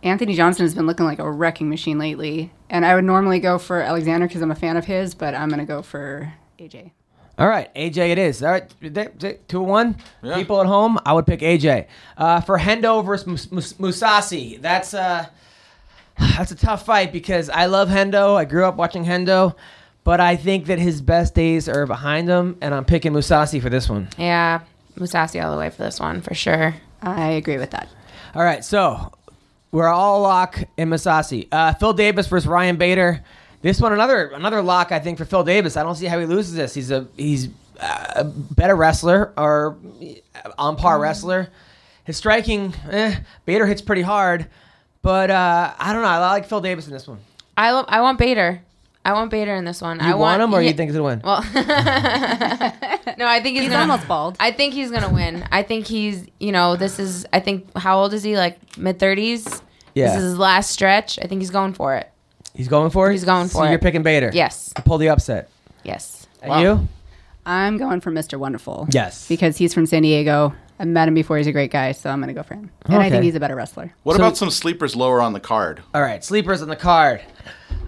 Speaker 5: Anthony Johnson has been looking like a wrecking machine lately, and I would normally go for Alexander because I'm a fan of his, but I'm gonna go for AJ.
Speaker 3: All right, AJ it is. All right, th- th- th- two to one. People at home, I would pick AJ uh, for Hendo versus Mus- Mus- Musasi. That's uh, that's a tough fight because I love Hendo. I grew up watching Hendo, but I think that his best days are behind him, and I'm picking Musasi for this one.
Speaker 7: Yeah. Musasi all the way for this one for sure.
Speaker 5: I agree with that.
Speaker 3: All right, so we're all lock in Masasi. Uh, Phil Davis versus Ryan Bader. This one, another another lock, I think, for Phil Davis. I don't see how he loses this. He's a he's uh, a better wrestler or on par wrestler. His striking, eh, Bader hits pretty hard, but uh, I don't know. I like Phil Davis in this one.
Speaker 7: I lo- I want Bader. I want Bader in this one. I
Speaker 3: You want, him, or
Speaker 7: yeah.
Speaker 3: you think he's gonna win?
Speaker 7: Well, no, I think he's,
Speaker 5: He's
Speaker 7: gonna.
Speaker 5: almost bald.
Speaker 7: I think he's gonna win. I think he's, you know, this is. I think how old is he? Like mid thirties.
Speaker 3: Yeah.
Speaker 7: This is his last stretch. I think he's going for it.
Speaker 3: he's going for it.
Speaker 7: He's going
Speaker 3: So
Speaker 7: for it.
Speaker 3: You're picking Bader.
Speaker 7: Yes.
Speaker 3: To pull the upset.
Speaker 7: Yes.
Speaker 3: And you?
Speaker 5: I'm going for Mr. Wonderful.
Speaker 3: Yes.
Speaker 5: because he's from San Diego. I met him before. He's a great guy, so I'm gonna go for him. And I
Speaker 3: Okay.
Speaker 5: think he's a better wrestler.
Speaker 8: what
Speaker 3: so-
Speaker 8: about some sleepers lower on the card?
Speaker 3: All right, sleepers on the card.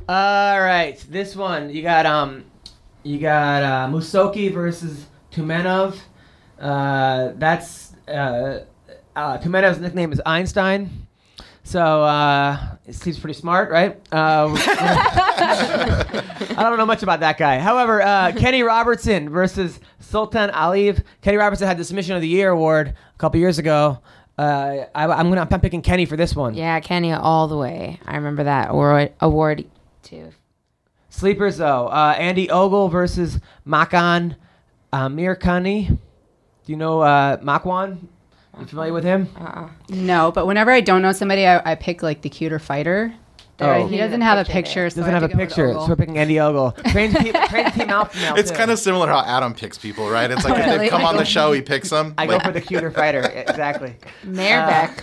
Speaker 3: All right, this one you got um, you got uh, Musoki versus Tumenov. Uh, that's uh, uh, Tumenov's nickname is Einstein. So uh, he seems pretty smart, right? Uh, I don't know much about that guy. However, uh, Kenny Robertson versus Sultan Aliyev. Kenny Robertson had the Submission of the Year award a couple years ago. Uh, I, I'm gonna I'm picking Kenny for this one.
Speaker 7: Yeah, Kenya all the way. I remember that award, award too.
Speaker 3: Sleepers though, uh, Andy Ogle versus Makan uh, Mirkani. Do you know uh, Makwan? You familiar with him?
Speaker 5: Uh, No, but whenever I don't know somebody, I, I pick like the cuter fighter.
Speaker 3: Oh.
Speaker 5: He doesn't have a picture. So I
Speaker 3: Doesn't have a
Speaker 5: to go with
Speaker 3: picture,
Speaker 5: Ogle.
Speaker 3: so we're picking Andy Ogle. Trains, pe- trains team out now.
Speaker 8: It's
Speaker 3: too.
Speaker 8: kind of similar how Adam picks people, right? It's like if they come on the show, he picks them.
Speaker 3: I go for the cuter fighter, exactly.
Speaker 7: Marebeck.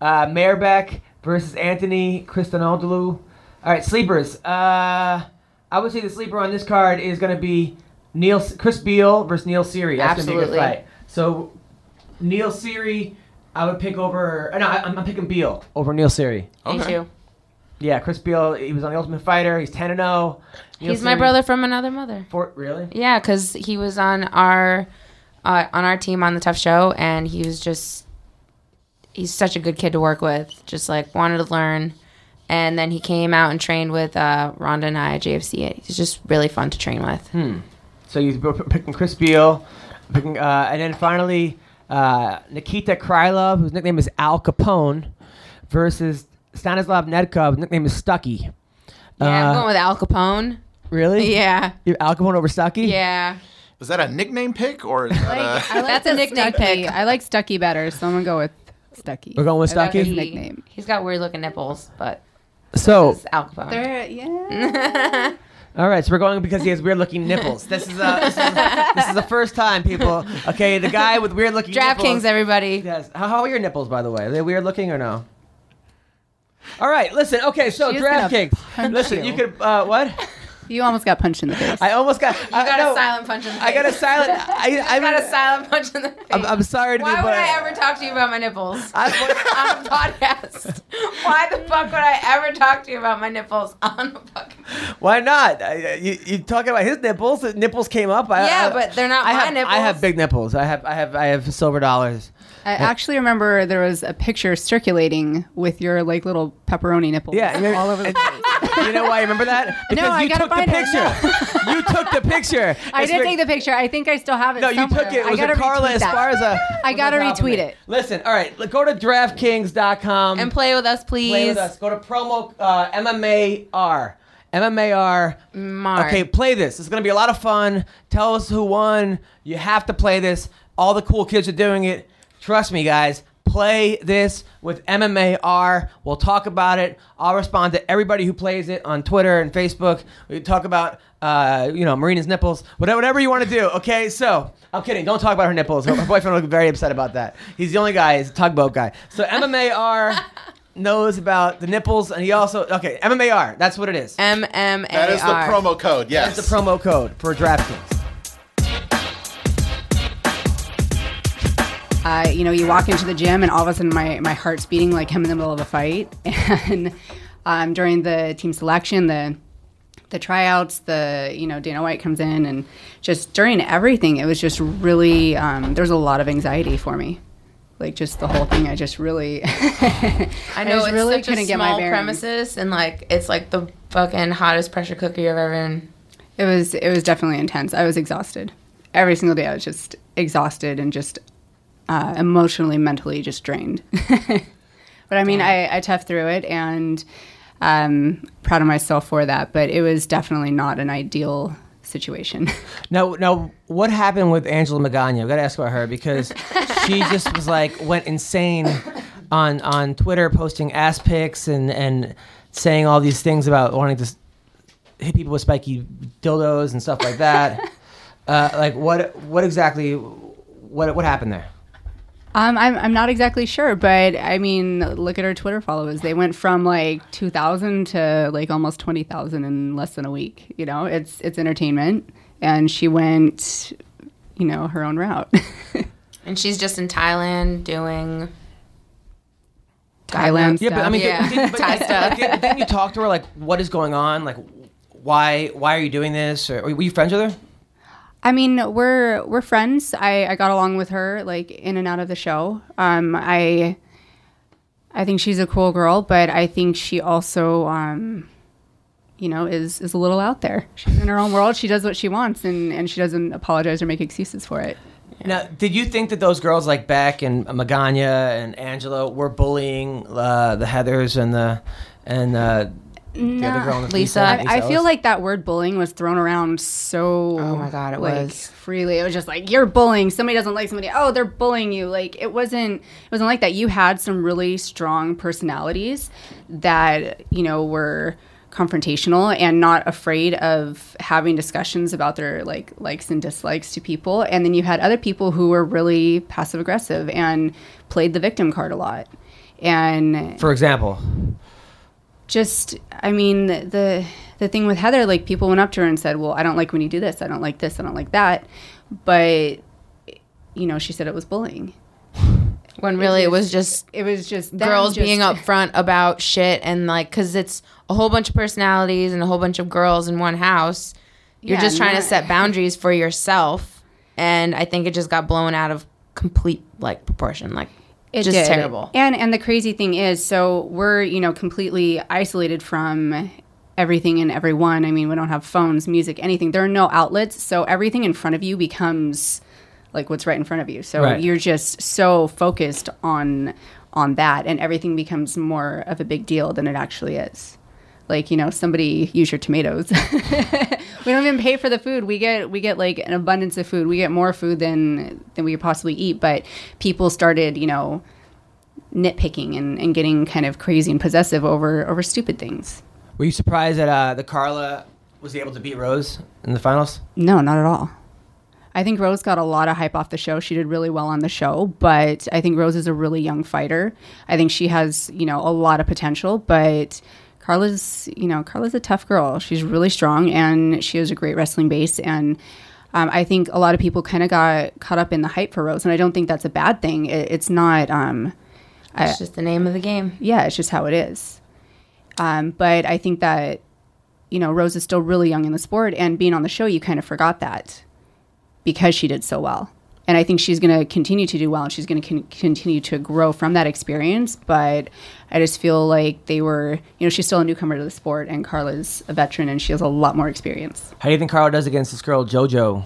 Speaker 3: Uh, Mayorbeck versus Anthony Cristanodulu. All right, sleepers. Uh, I would say the sleeper on this card is going to be Neil Chris Beal versus Neil Siri. That's gonna be a good
Speaker 7: Absolutely.
Speaker 3: fight. So Neil Siri, I would pick over. uh, No, I, I'm, I'm picking Beal over Neil Siri.
Speaker 7: Me too.
Speaker 3: Yeah, Chris Beal. He was on the Ultimate Fighter. He's ten and zero. Neil
Speaker 4: He's my
Speaker 3: Series-
Speaker 4: brother from another mother.
Speaker 3: For, really?
Speaker 7: Yeah, because he was on our uh, on our team on the Tough Show, and he was just he's such a good kid to work with. Just like wanted to learn, and then he came out and trained with uh, Rhonda and I at JFC. He's just really fun to train with.
Speaker 3: So you were picking Chris Beal, picking, uh, and then finally uh, Nikita Krylov, whose nickname is Al Capone, versus Stanislav Nedkov, whose nickname is Stucky.
Speaker 7: Yeah,
Speaker 3: Uh,
Speaker 7: I'm going with Al Capone.
Speaker 3: Really?
Speaker 7: Yeah,
Speaker 3: You're Al Capone over Stucky?
Speaker 7: yeah.
Speaker 8: Is that a nickname pick or is that a?
Speaker 5: I like
Speaker 7: That's a
Speaker 5: the
Speaker 7: nickname
Speaker 5: Stucky.
Speaker 7: pick.
Speaker 5: I like Stucky better, so I'm gonna go with Stucky.
Speaker 3: We're going with
Speaker 5: I like
Speaker 3: Stucky?
Speaker 5: his nickname.
Speaker 7: He's got weird looking nipples, but
Speaker 3: So,
Speaker 7: it's Al Capone.
Speaker 5: There- yeah.
Speaker 3: all right, so we're going because he has weird looking nipples. This is, uh, this, is this is the first time, people. Okay, the guy with weird looking nipples.
Speaker 7: DraftKings, everybody.
Speaker 3: Yes. How, how are your nipples, by the way? Are they weird looking or no? All right, listen. Okay, so
Speaker 5: She was gonna
Speaker 3: DraftKings.
Speaker 5: punch
Speaker 3: Listen, you
Speaker 5: you.
Speaker 3: could uh, what?
Speaker 5: You almost got punched in the face.
Speaker 3: I almost got.
Speaker 4: I
Speaker 3: I
Speaker 4: got
Speaker 3: no,
Speaker 4: a silent punch in the face.
Speaker 3: I got a silent. I, I
Speaker 4: I got a
Speaker 3: mean,
Speaker 4: silent punch in the face.
Speaker 3: I'm, I'm sorry to
Speaker 4: Why
Speaker 3: be,
Speaker 4: would
Speaker 3: but
Speaker 4: I ever talk to you about my nipples?
Speaker 3: I-
Speaker 4: on a podcast. Why the fuck would I ever talk to you about my nipples on a podcast?
Speaker 3: why not? I, I- you you talking about his nipples? The nipples came up. I,
Speaker 4: Yeah,
Speaker 3: I-
Speaker 4: but they're not
Speaker 3: Uh, I
Speaker 4: my
Speaker 3: have,
Speaker 4: nipples.
Speaker 3: I have big nipples. I have I have I have silver dollars.
Speaker 5: I actually remember there was a picture circulating with your like little pepperoni nipples.
Speaker 3: Yeah, you remember-
Speaker 5: all over the place.
Speaker 3: You know why I remember that? Because
Speaker 5: I
Speaker 3: you
Speaker 5: gotta
Speaker 3: took the
Speaker 5: find it.
Speaker 3: picture. you took the picture.
Speaker 5: I
Speaker 3: It's
Speaker 5: did
Speaker 3: re-
Speaker 5: take the picture. I think I still have it.
Speaker 3: No, you
Speaker 5: somewhere.
Speaker 3: took it. It
Speaker 5: I
Speaker 3: was a
Speaker 5: gotta
Speaker 3: Carla
Speaker 5: retweet that.
Speaker 3: Esparza.
Speaker 5: I gotta
Speaker 3: Without
Speaker 5: retweet
Speaker 3: me.
Speaker 5: it.
Speaker 3: Listen, all right, look, go to DraftKings.com
Speaker 4: And play with us, please.
Speaker 3: play with us. Go to promo uh, MMAR. MMAR.
Speaker 5: Mm.
Speaker 7: Mar.
Speaker 3: Okay, play this. It's going to be a lot of fun. Tell us who won. You have to play this. All the cool kids are doing it. Trust me, guys. Play this with MMAR. We'll talk about it. I'll respond to everybody who plays it on Twitter and Facebook. We talk about, uh, you know, Marina's nipples, whatever, whatever you want to do. Okay, so I'm kidding. Don't talk about her nipples. Her, her boyfriend will be very upset about that. He's the only guy. He's a tugboat guy. So MMAR knows about the nipples, and he also okay MMAR. That's what it is.
Speaker 7: M M A R.
Speaker 8: that is the promo code. Yes.
Speaker 3: That's the promo code for DraftKings.
Speaker 5: I, you know, you walk into the gym and all of a sudden my, my heart's beating like I'm in the middle of a fight. And um, during the team selection, the the tryouts, the you know Dana White comes in, and just during everything, it was just really um, there was a lot of anxiety for me, like just the whole thing. I just really,
Speaker 7: I
Speaker 5: I
Speaker 7: know
Speaker 5: just
Speaker 7: it's
Speaker 5: really
Speaker 7: such a
Speaker 5: couldn't get my
Speaker 7: small
Speaker 5: bearings.
Speaker 7: premises, and like it's like the fucking hottest pressure cooker you've ever in.
Speaker 5: it was it was definitely intense. I was exhausted every single day. I was just exhausted and just uh, emotionally, mentally, just drained. But I mean, I, I toughed through it and um, proud of myself for that. But it was definitely not an ideal situation.
Speaker 3: Now, now, what happened with Angela Magana? We got to ask about her because she just was like went insane on on Twitter, posting ass pics and and saying all these things about wanting to s- hit people with spiky dildos and stuff like that. uh, like, what what exactly what what happened there?
Speaker 5: um, I'm, I'm not exactly sure, but I mean, look at her Twitter followers. They went from like 2,000 to like almost 20,000 in less than a week. You know, it's it's entertainment, and she went, you know, her own route.
Speaker 7: And she's just in Thailand doing.
Speaker 5: Thailand.
Speaker 3: Yeah, but I
Speaker 5: stuff.
Speaker 3: mean,
Speaker 7: Yeah.
Speaker 3: did, but,
Speaker 7: Tie stuff.
Speaker 3: Didn't, didn't you talk to her like what is going on? Like, why why are you doing this? Or were you friends with her?
Speaker 5: I mean, we're we're friends. I, I got along with her like in and out of the show. Um, I I think she's a cool girl, but I think she also um, you know, is is a little out there. She's in her own world. She does what she wants, and and she doesn't apologize or make excuses for it.
Speaker 3: Now, did you think that those girls like Beck and Magana and Angela were bullying uh, the Heathers and the and uh, the other girl, in the
Speaker 7: Lisa.
Speaker 3: Lisa
Speaker 5: I, I
Speaker 3: Ellis?
Speaker 5: feel like that word bullying was thrown around so
Speaker 7: Oh my God, it
Speaker 5: like,
Speaker 7: was.
Speaker 5: freely. It was just like you're bullying. Somebody doesn't like somebody. Oh, they're bullying you. Like it wasn't it wasn't like that. You had some really strong personalities that, you know, were confrontational and not afraid of having discussions about their like likes and dislikes to people. And then you had other people who were really passive aggressive and played the victim card a lot. And
Speaker 3: for example,
Speaker 5: just i mean the the thing with heather like people went up to her and said well i don't like when you do this i don't like this i don't like that but you know she said it was bullying
Speaker 4: When really it was just
Speaker 5: It was just them
Speaker 4: girls
Speaker 5: just-
Speaker 4: being upfront about shit and like because it's a whole bunch of personalities and a whole bunch of girls in one house you're
Speaker 5: Yeah,
Speaker 4: just trying
Speaker 5: not-
Speaker 4: to set boundaries for yourself and i think it just got blown out of complete like proportion like
Speaker 5: It
Speaker 4: just
Speaker 5: did.
Speaker 4: terrible
Speaker 5: And and the crazy thing is, so we're you know completely isolated from everything and everyone. I mean, we don't have phones, music, anything. There are no outlets, so everything in front of you becomes like what's right in front of you. So
Speaker 3: Right.
Speaker 5: you're just so focused on on that, and everything becomes more of a big deal than it actually is. Like you know, somebody use your tomatoes. we don't even pay for the food. We get we get like an abundance of food. We get more food than than we could possibly eat. But people started, you know, nitpicking and, and getting kind of crazy and possessive over over stupid things.
Speaker 3: Were you surprised that uh, the Carla was able to beat Rose in the finals?
Speaker 5: No, not at all. I think Rose got a lot of hype off the show. She did really well on the show, but I think Rose is a really young fighter. I think she has, you know, a lot of potential, but Carla's, you know, Carla's a tough girl. She's really strong and she has a great wrestling base and um, I think a lot of people kind of got caught up in the hype for Rose, and I don't think that's a bad thing. It, it's not, um,
Speaker 4: it's just the name of the game
Speaker 5: yeah, it's just how it is. Um, but I think that, you know, Rose is still really young in the sport, and being on the show, you kind of forgot that because she did so well. And I think she's going to continue to do well, and she's going to con- continue to grow from that experience. But I just feel like they were, you know, she's still a newcomer to the sport, and Carla's a veteran, and she has a lot more experience.
Speaker 3: How do you think Carla does against this girl JoJo,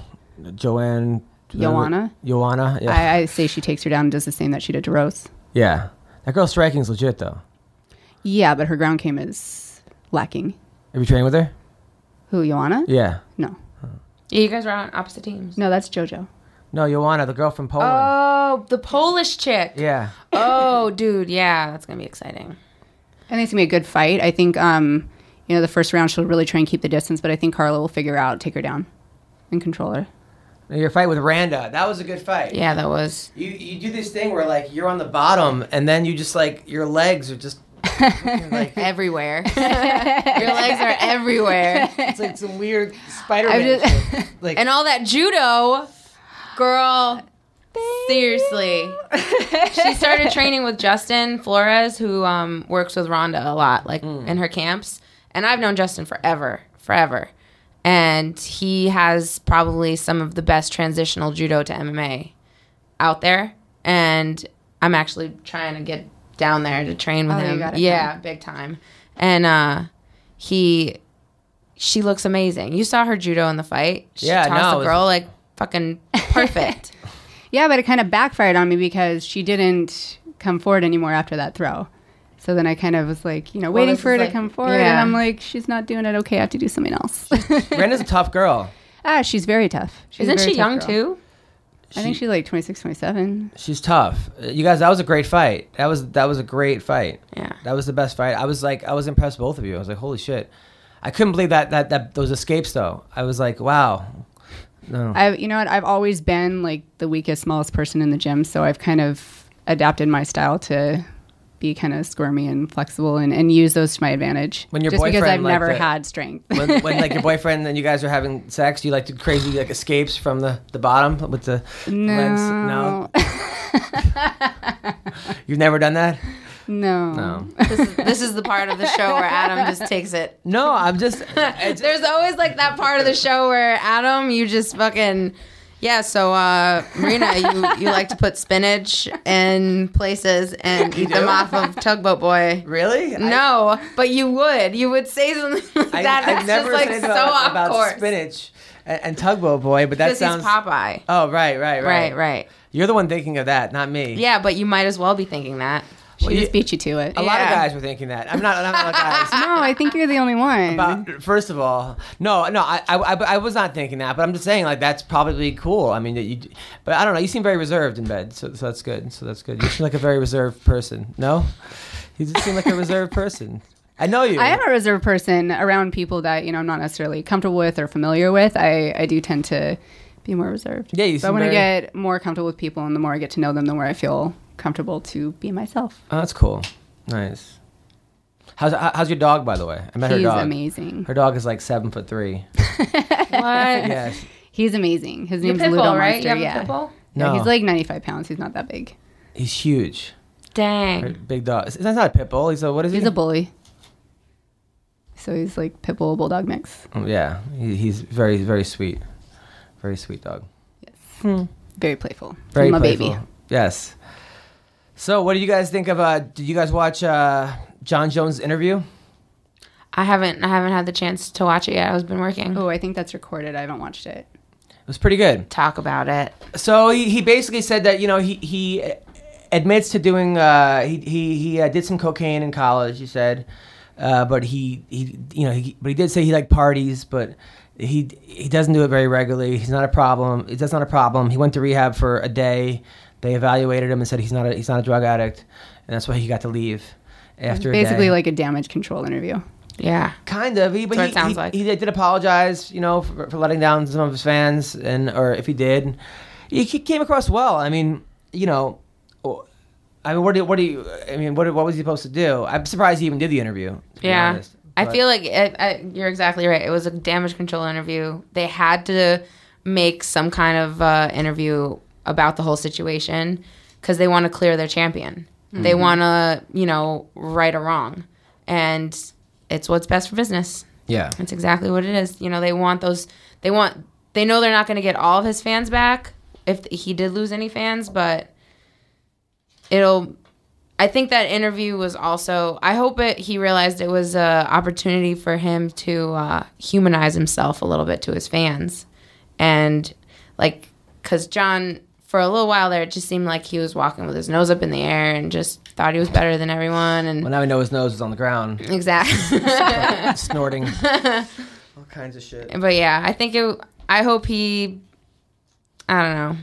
Speaker 3: Joanne,
Speaker 5: Joanna?
Speaker 3: Joanna, yeah,
Speaker 5: I, I say she takes her down and does the same that she did to Rose.
Speaker 3: yeah. That girl's striking's legit though.
Speaker 5: Yeah, but her ground game is lacking.
Speaker 3: Have you trained with her?
Speaker 5: Who, Joanna?
Speaker 3: Yeah.
Speaker 5: No.
Speaker 4: yeah, you guys were on opposite teams
Speaker 5: No, that's JoJo.
Speaker 3: No, Joanna, the girl from Poland.
Speaker 4: oh the polish chick
Speaker 3: yeah.
Speaker 4: oh dude yeah that's gonna be exciting
Speaker 5: I think it's gonna be a good fight. I think um, you know the first round she'll really try and keep the distance, but I think Carla will figure out, take her down, and control her.
Speaker 3: Now, Your fight with Randa, that was a good fight.
Speaker 4: yeah that was
Speaker 3: You you do this thing where like you're on the bottom and then you just like your legs are just like
Speaker 4: everywhere your legs are everywhere
Speaker 3: it's like some weird spider
Speaker 5: I'm just-
Speaker 3: shit. like
Speaker 4: and all that judo, girl. Seriously,
Speaker 10: She started
Speaker 4: started training with Justin Flores, who um, works with Rhonda a lot, like
Speaker 5: Mm.
Speaker 4: in her camps. And I've known Justin forever, forever. And he has probably some of the best transitional judo to MMA out there. And I'm actually trying to get down there to train with
Speaker 5: Oh, you
Speaker 4: him.
Speaker 5: gotta
Speaker 4: yeah, big time. And uh, he, she looks amazing. You saw her judo in the fight. She
Speaker 3: Yeah,
Speaker 4: tossed
Speaker 3: no,
Speaker 4: the
Speaker 3: it was-
Speaker 4: girl like fucking perfect.
Speaker 5: Yeah, but it kind of backfired on me because she didn't come forward anymore after that throw. So then I kind of was like, you know, waiting
Speaker 4: this
Speaker 5: for her
Speaker 4: is
Speaker 5: to
Speaker 4: like-
Speaker 5: come forward, and
Speaker 4: yeah.
Speaker 5: I'm like, she's not doing it. Okay, I have to do something else.
Speaker 3: Randa's a tough girl.
Speaker 5: ah, she's very tough. She's a
Speaker 4: Isn't
Speaker 5: very
Speaker 4: she
Speaker 5: tough
Speaker 4: young
Speaker 5: girl.
Speaker 4: too?
Speaker 5: I think she's like 26, 27.
Speaker 3: She's tough. Uh, You guys, that was a great fight. That was that was a great fight.
Speaker 4: Yeah.
Speaker 3: That was the best fight. I was like I was impressed with both of you. I was like, holy shit. I couldn't believe that that, that those escapes though. I was like, wow. No.
Speaker 5: I, you know what? I've always been like the weakest, smallest person in the gym, so I've kind of adapted my style to be kind of squirmy and flexible, and, and use those to my advantage.
Speaker 3: When your
Speaker 5: just because
Speaker 3: boyfriend,
Speaker 5: I've
Speaker 3: like,
Speaker 5: never
Speaker 3: the-
Speaker 5: had strength.
Speaker 3: when, when like your boyfriend and you guys are having sex, do you like do crazy like escapes from the, the bottom with the legs? No. You've never done that?
Speaker 5: no,
Speaker 3: No.
Speaker 4: This is, this is the part of the show where Adam just takes it.
Speaker 3: No, I'm just it's-
Speaker 4: There's always like that part of the show where Adam, you just fucking yeah. So uh, Marina, you you like to put spinach in places and eat them off of Tugboat Boy.
Speaker 3: really? I-
Speaker 4: No, but you would. You would say something like
Speaker 3: I,
Speaker 4: that.
Speaker 3: I
Speaker 4: it's
Speaker 3: never
Speaker 4: just like
Speaker 3: said
Speaker 4: so
Speaker 3: about,
Speaker 4: off
Speaker 3: about
Speaker 4: course.
Speaker 3: spinach and, and tugboat boy, but that
Speaker 4: Because he's
Speaker 3: sounds
Speaker 4: Popeye.
Speaker 3: Oh, right, right, right.
Speaker 4: Right, right.
Speaker 3: You're the one thinking of that, not me.
Speaker 4: Yeah, but you might as well be thinking that.
Speaker 5: she just beat you to it.
Speaker 3: A lot of
Speaker 4: Yeah.
Speaker 3: guys were thinking that. I'm not. I'm not guys.
Speaker 5: no, I think you're the only one.
Speaker 3: But first of all, no, no, I, I, I, I was not thinking that, but I'm just saying like that's probably cool. I mean, that you, but I don't know. You seem very reserved in bed, so, so that's good. So that's good. You seem like a very reserved person. No, you just seem like a reserved person. I know you.
Speaker 5: I am a reserved person around people that you know I'm not necessarily comfortable with or familiar with. I, I do tend to be more reserved.
Speaker 3: Yeah, you
Speaker 5: But
Speaker 3: seem
Speaker 5: when I
Speaker 3: very-
Speaker 5: get more comfortable with people, and the more I get to know them, the more I feel comfortable to be myself.
Speaker 3: Oh, that's cool. Nice. How's how- how's your dog, by the way? I met her
Speaker 5: He's
Speaker 3: dog.
Speaker 5: amazing.
Speaker 3: Her dog is like seven foot three.
Speaker 4: What?
Speaker 3: Yes.
Speaker 5: He's amazing. His
Speaker 4: You
Speaker 5: name's
Speaker 4: pit
Speaker 5: Ludo
Speaker 4: bull, right?
Speaker 5: Monster.
Speaker 4: You have
Speaker 5: yeah.
Speaker 4: a pit bull?
Speaker 5: Yeah,
Speaker 3: No.
Speaker 5: he's like 95 pounds. He's not that big.
Speaker 3: He's huge.
Speaker 4: Dang.
Speaker 3: Big dog. That's not a pit bull. He's a what is he?
Speaker 5: He's a bully. So he's like pit bull bulldog mix.
Speaker 3: Oh, Yeah, he, he's very very sweet, very sweet dog.
Speaker 5: Very playful.
Speaker 3: Very
Speaker 5: my
Speaker 3: playful.
Speaker 5: baby.
Speaker 3: Yes. So, what do you guys think of? Uh, did you guys watch uh, John Jones' interview?
Speaker 4: I haven't I haven't had the chance to watch it yet. I've been working.
Speaker 5: Oh, I think that's recorded. I haven't watched it.
Speaker 3: It was pretty good.
Speaker 4: Talk about it.
Speaker 3: So he, he basically said that you know he he admits to doing uh, he he he uh, did some cocaine in college. He said, uh, but he he you know he, but he did say he liked parties, but he he doesn't do it very regularly. He's not a problem. It's that's not a problem. He went to rehab for a day. They evaluated him and said he's not a, he's not a drug addict, and that's why he got to leave after a
Speaker 5: Basically
Speaker 3: day.
Speaker 5: like a damage control interview.
Speaker 4: Yeah.
Speaker 3: Kind of. He, but
Speaker 4: That's what
Speaker 3: he,
Speaker 4: it sounds
Speaker 3: he-
Speaker 4: like.
Speaker 3: he did apologize, you know, for, for letting down some of his fans, and or if he did, he, he came across well. I mean, you know, oh, I mean, what do what do you? I mean, what what was he supposed to do? I'm surprised he even did the interview. to be
Speaker 4: Yeah.
Speaker 3: honest.
Speaker 4: I
Speaker 3: But-
Speaker 4: feel like it, I, you're exactly right. It was a damage control interview. They had to make some kind of uh, interview about the whole situation because they want to clear their champion.
Speaker 3: Mm-hmm.
Speaker 4: They want to, you know, right a wrong. And it's what's best for business.
Speaker 3: yeah,
Speaker 4: That's exactly what it is. You know, they want those. They want. They know they're not going to get all of his fans back if he did lose any fans, but it'll. I think that interview was also. I hope it. He realized it was a opportunity for him to uh, humanize himself a little bit to his fans, and like, cause John. For a little while there, it just seemed like he was walking with his nose up in the air and just thought he was better than everyone. And
Speaker 3: well now we know his nose is on the ground,
Speaker 4: exactly.
Speaker 3: snorting all kinds of shit.
Speaker 4: But yeah, I think it. I hope he. I don't know.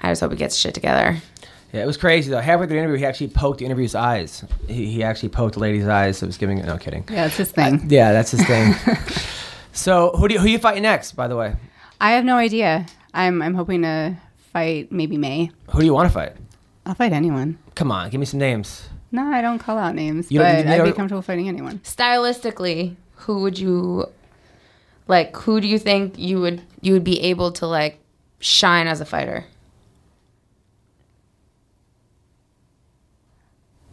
Speaker 4: I just hope he gets shit together.
Speaker 3: Yeah, it was crazy though. Halfway through the interview, he actually poked the interview's eyes. He, he actually poked the lady's eyes. So it was giving. No kidding.
Speaker 5: Yeah, it's his thing.
Speaker 3: Yeah, that's his thing. so who do you, who you fighting next? By the way,
Speaker 5: I have no idea. I'm I'm hoping to fight maybe May.
Speaker 3: who do you want to fight?
Speaker 5: I'll fight anyone.
Speaker 3: Come on, give me some names.
Speaker 5: No, I don't call out names,
Speaker 3: You don't-
Speaker 5: but
Speaker 3: you
Speaker 5: I'd be
Speaker 3: don't-
Speaker 5: comfortable fighting anyone.
Speaker 4: Stylistically, who would you like? Who do you think you would you would be able to like shine as a fighter?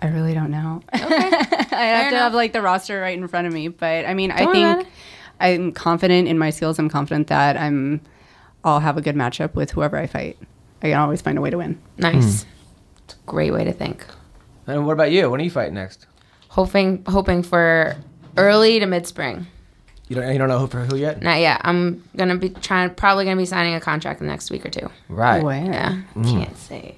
Speaker 5: I really don't know. I have to have like the roster right in front of me, but I mean,
Speaker 4: Don't worry
Speaker 5: I
Speaker 4: about
Speaker 5: think I'm confident in my skills. I'm confident that I'm. I'll have a good matchup with whoever I fight. I can always find a way to win.
Speaker 4: Nice. It's a great way to think.
Speaker 3: And what about you? When are you fighting next?
Speaker 4: Hoping hoping for early to mid spring.
Speaker 3: You don't you don't know who for who yet?
Speaker 4: Not yet. I'm gonna be trying. Probably gonna be signing a contract in the next week or two.
Speaker 3: Right.
Speaker 5: Where?
Speaker 4: Yeah. Can't say.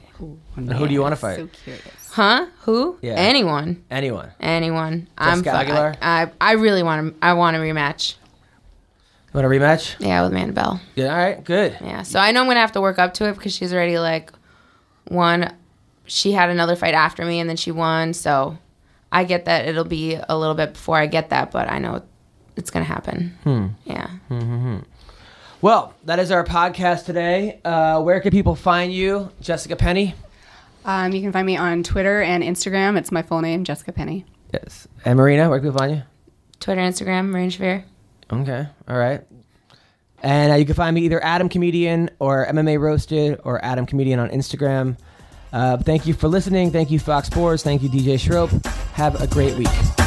Speaker 3: And who do you want to fight?
Speaker 5: So curious.
Speaker 4: Huh? Who?
Speaker 3: Yeah.
Speaker 4: Anyone.
Speaker 3: Anyone.
Speaker 4: Anyone.
Speaker 3: Jessica
Speaker 4: fi-
Speaker 3: Aguilar?
Speaker 4: I, I, I really want to. I want a rematch.
Speaker 3: You want a rematch?
Speaker 4: Yeah, with Amanda Bell.
Speaker 3: Yeah. All right. Good.
Speaker 4: Yeah. So I know I'm gonna have to work up to it because she's already like won. She had another fight after me, and then she won. So I get that it'll be a little bit before I get that, but I know it's gonna happen.
Speaker 3: Hmm.
Speaker 4: Yeah.
Speaker 3: Well, that is our podcast today. Uh, where can people find you, Jessica Penny?
Speaker 5: Um, you can find me on Twitter and Instagram. It's my full name, Jessica Penny.
Speaker 3: Yes. And Marina, where can people find you?
Speaker 4: Twitter, Instagram, Marine Shavir.
Speaker 3: Okay. All right. And uh, you can find me either Adam Comedian or MMA Roasted or Adam Comedian on Instagram. Uh, thank you for listening. Thank you, Fox Sports. Thank you, DJ Schroep. Have a great week.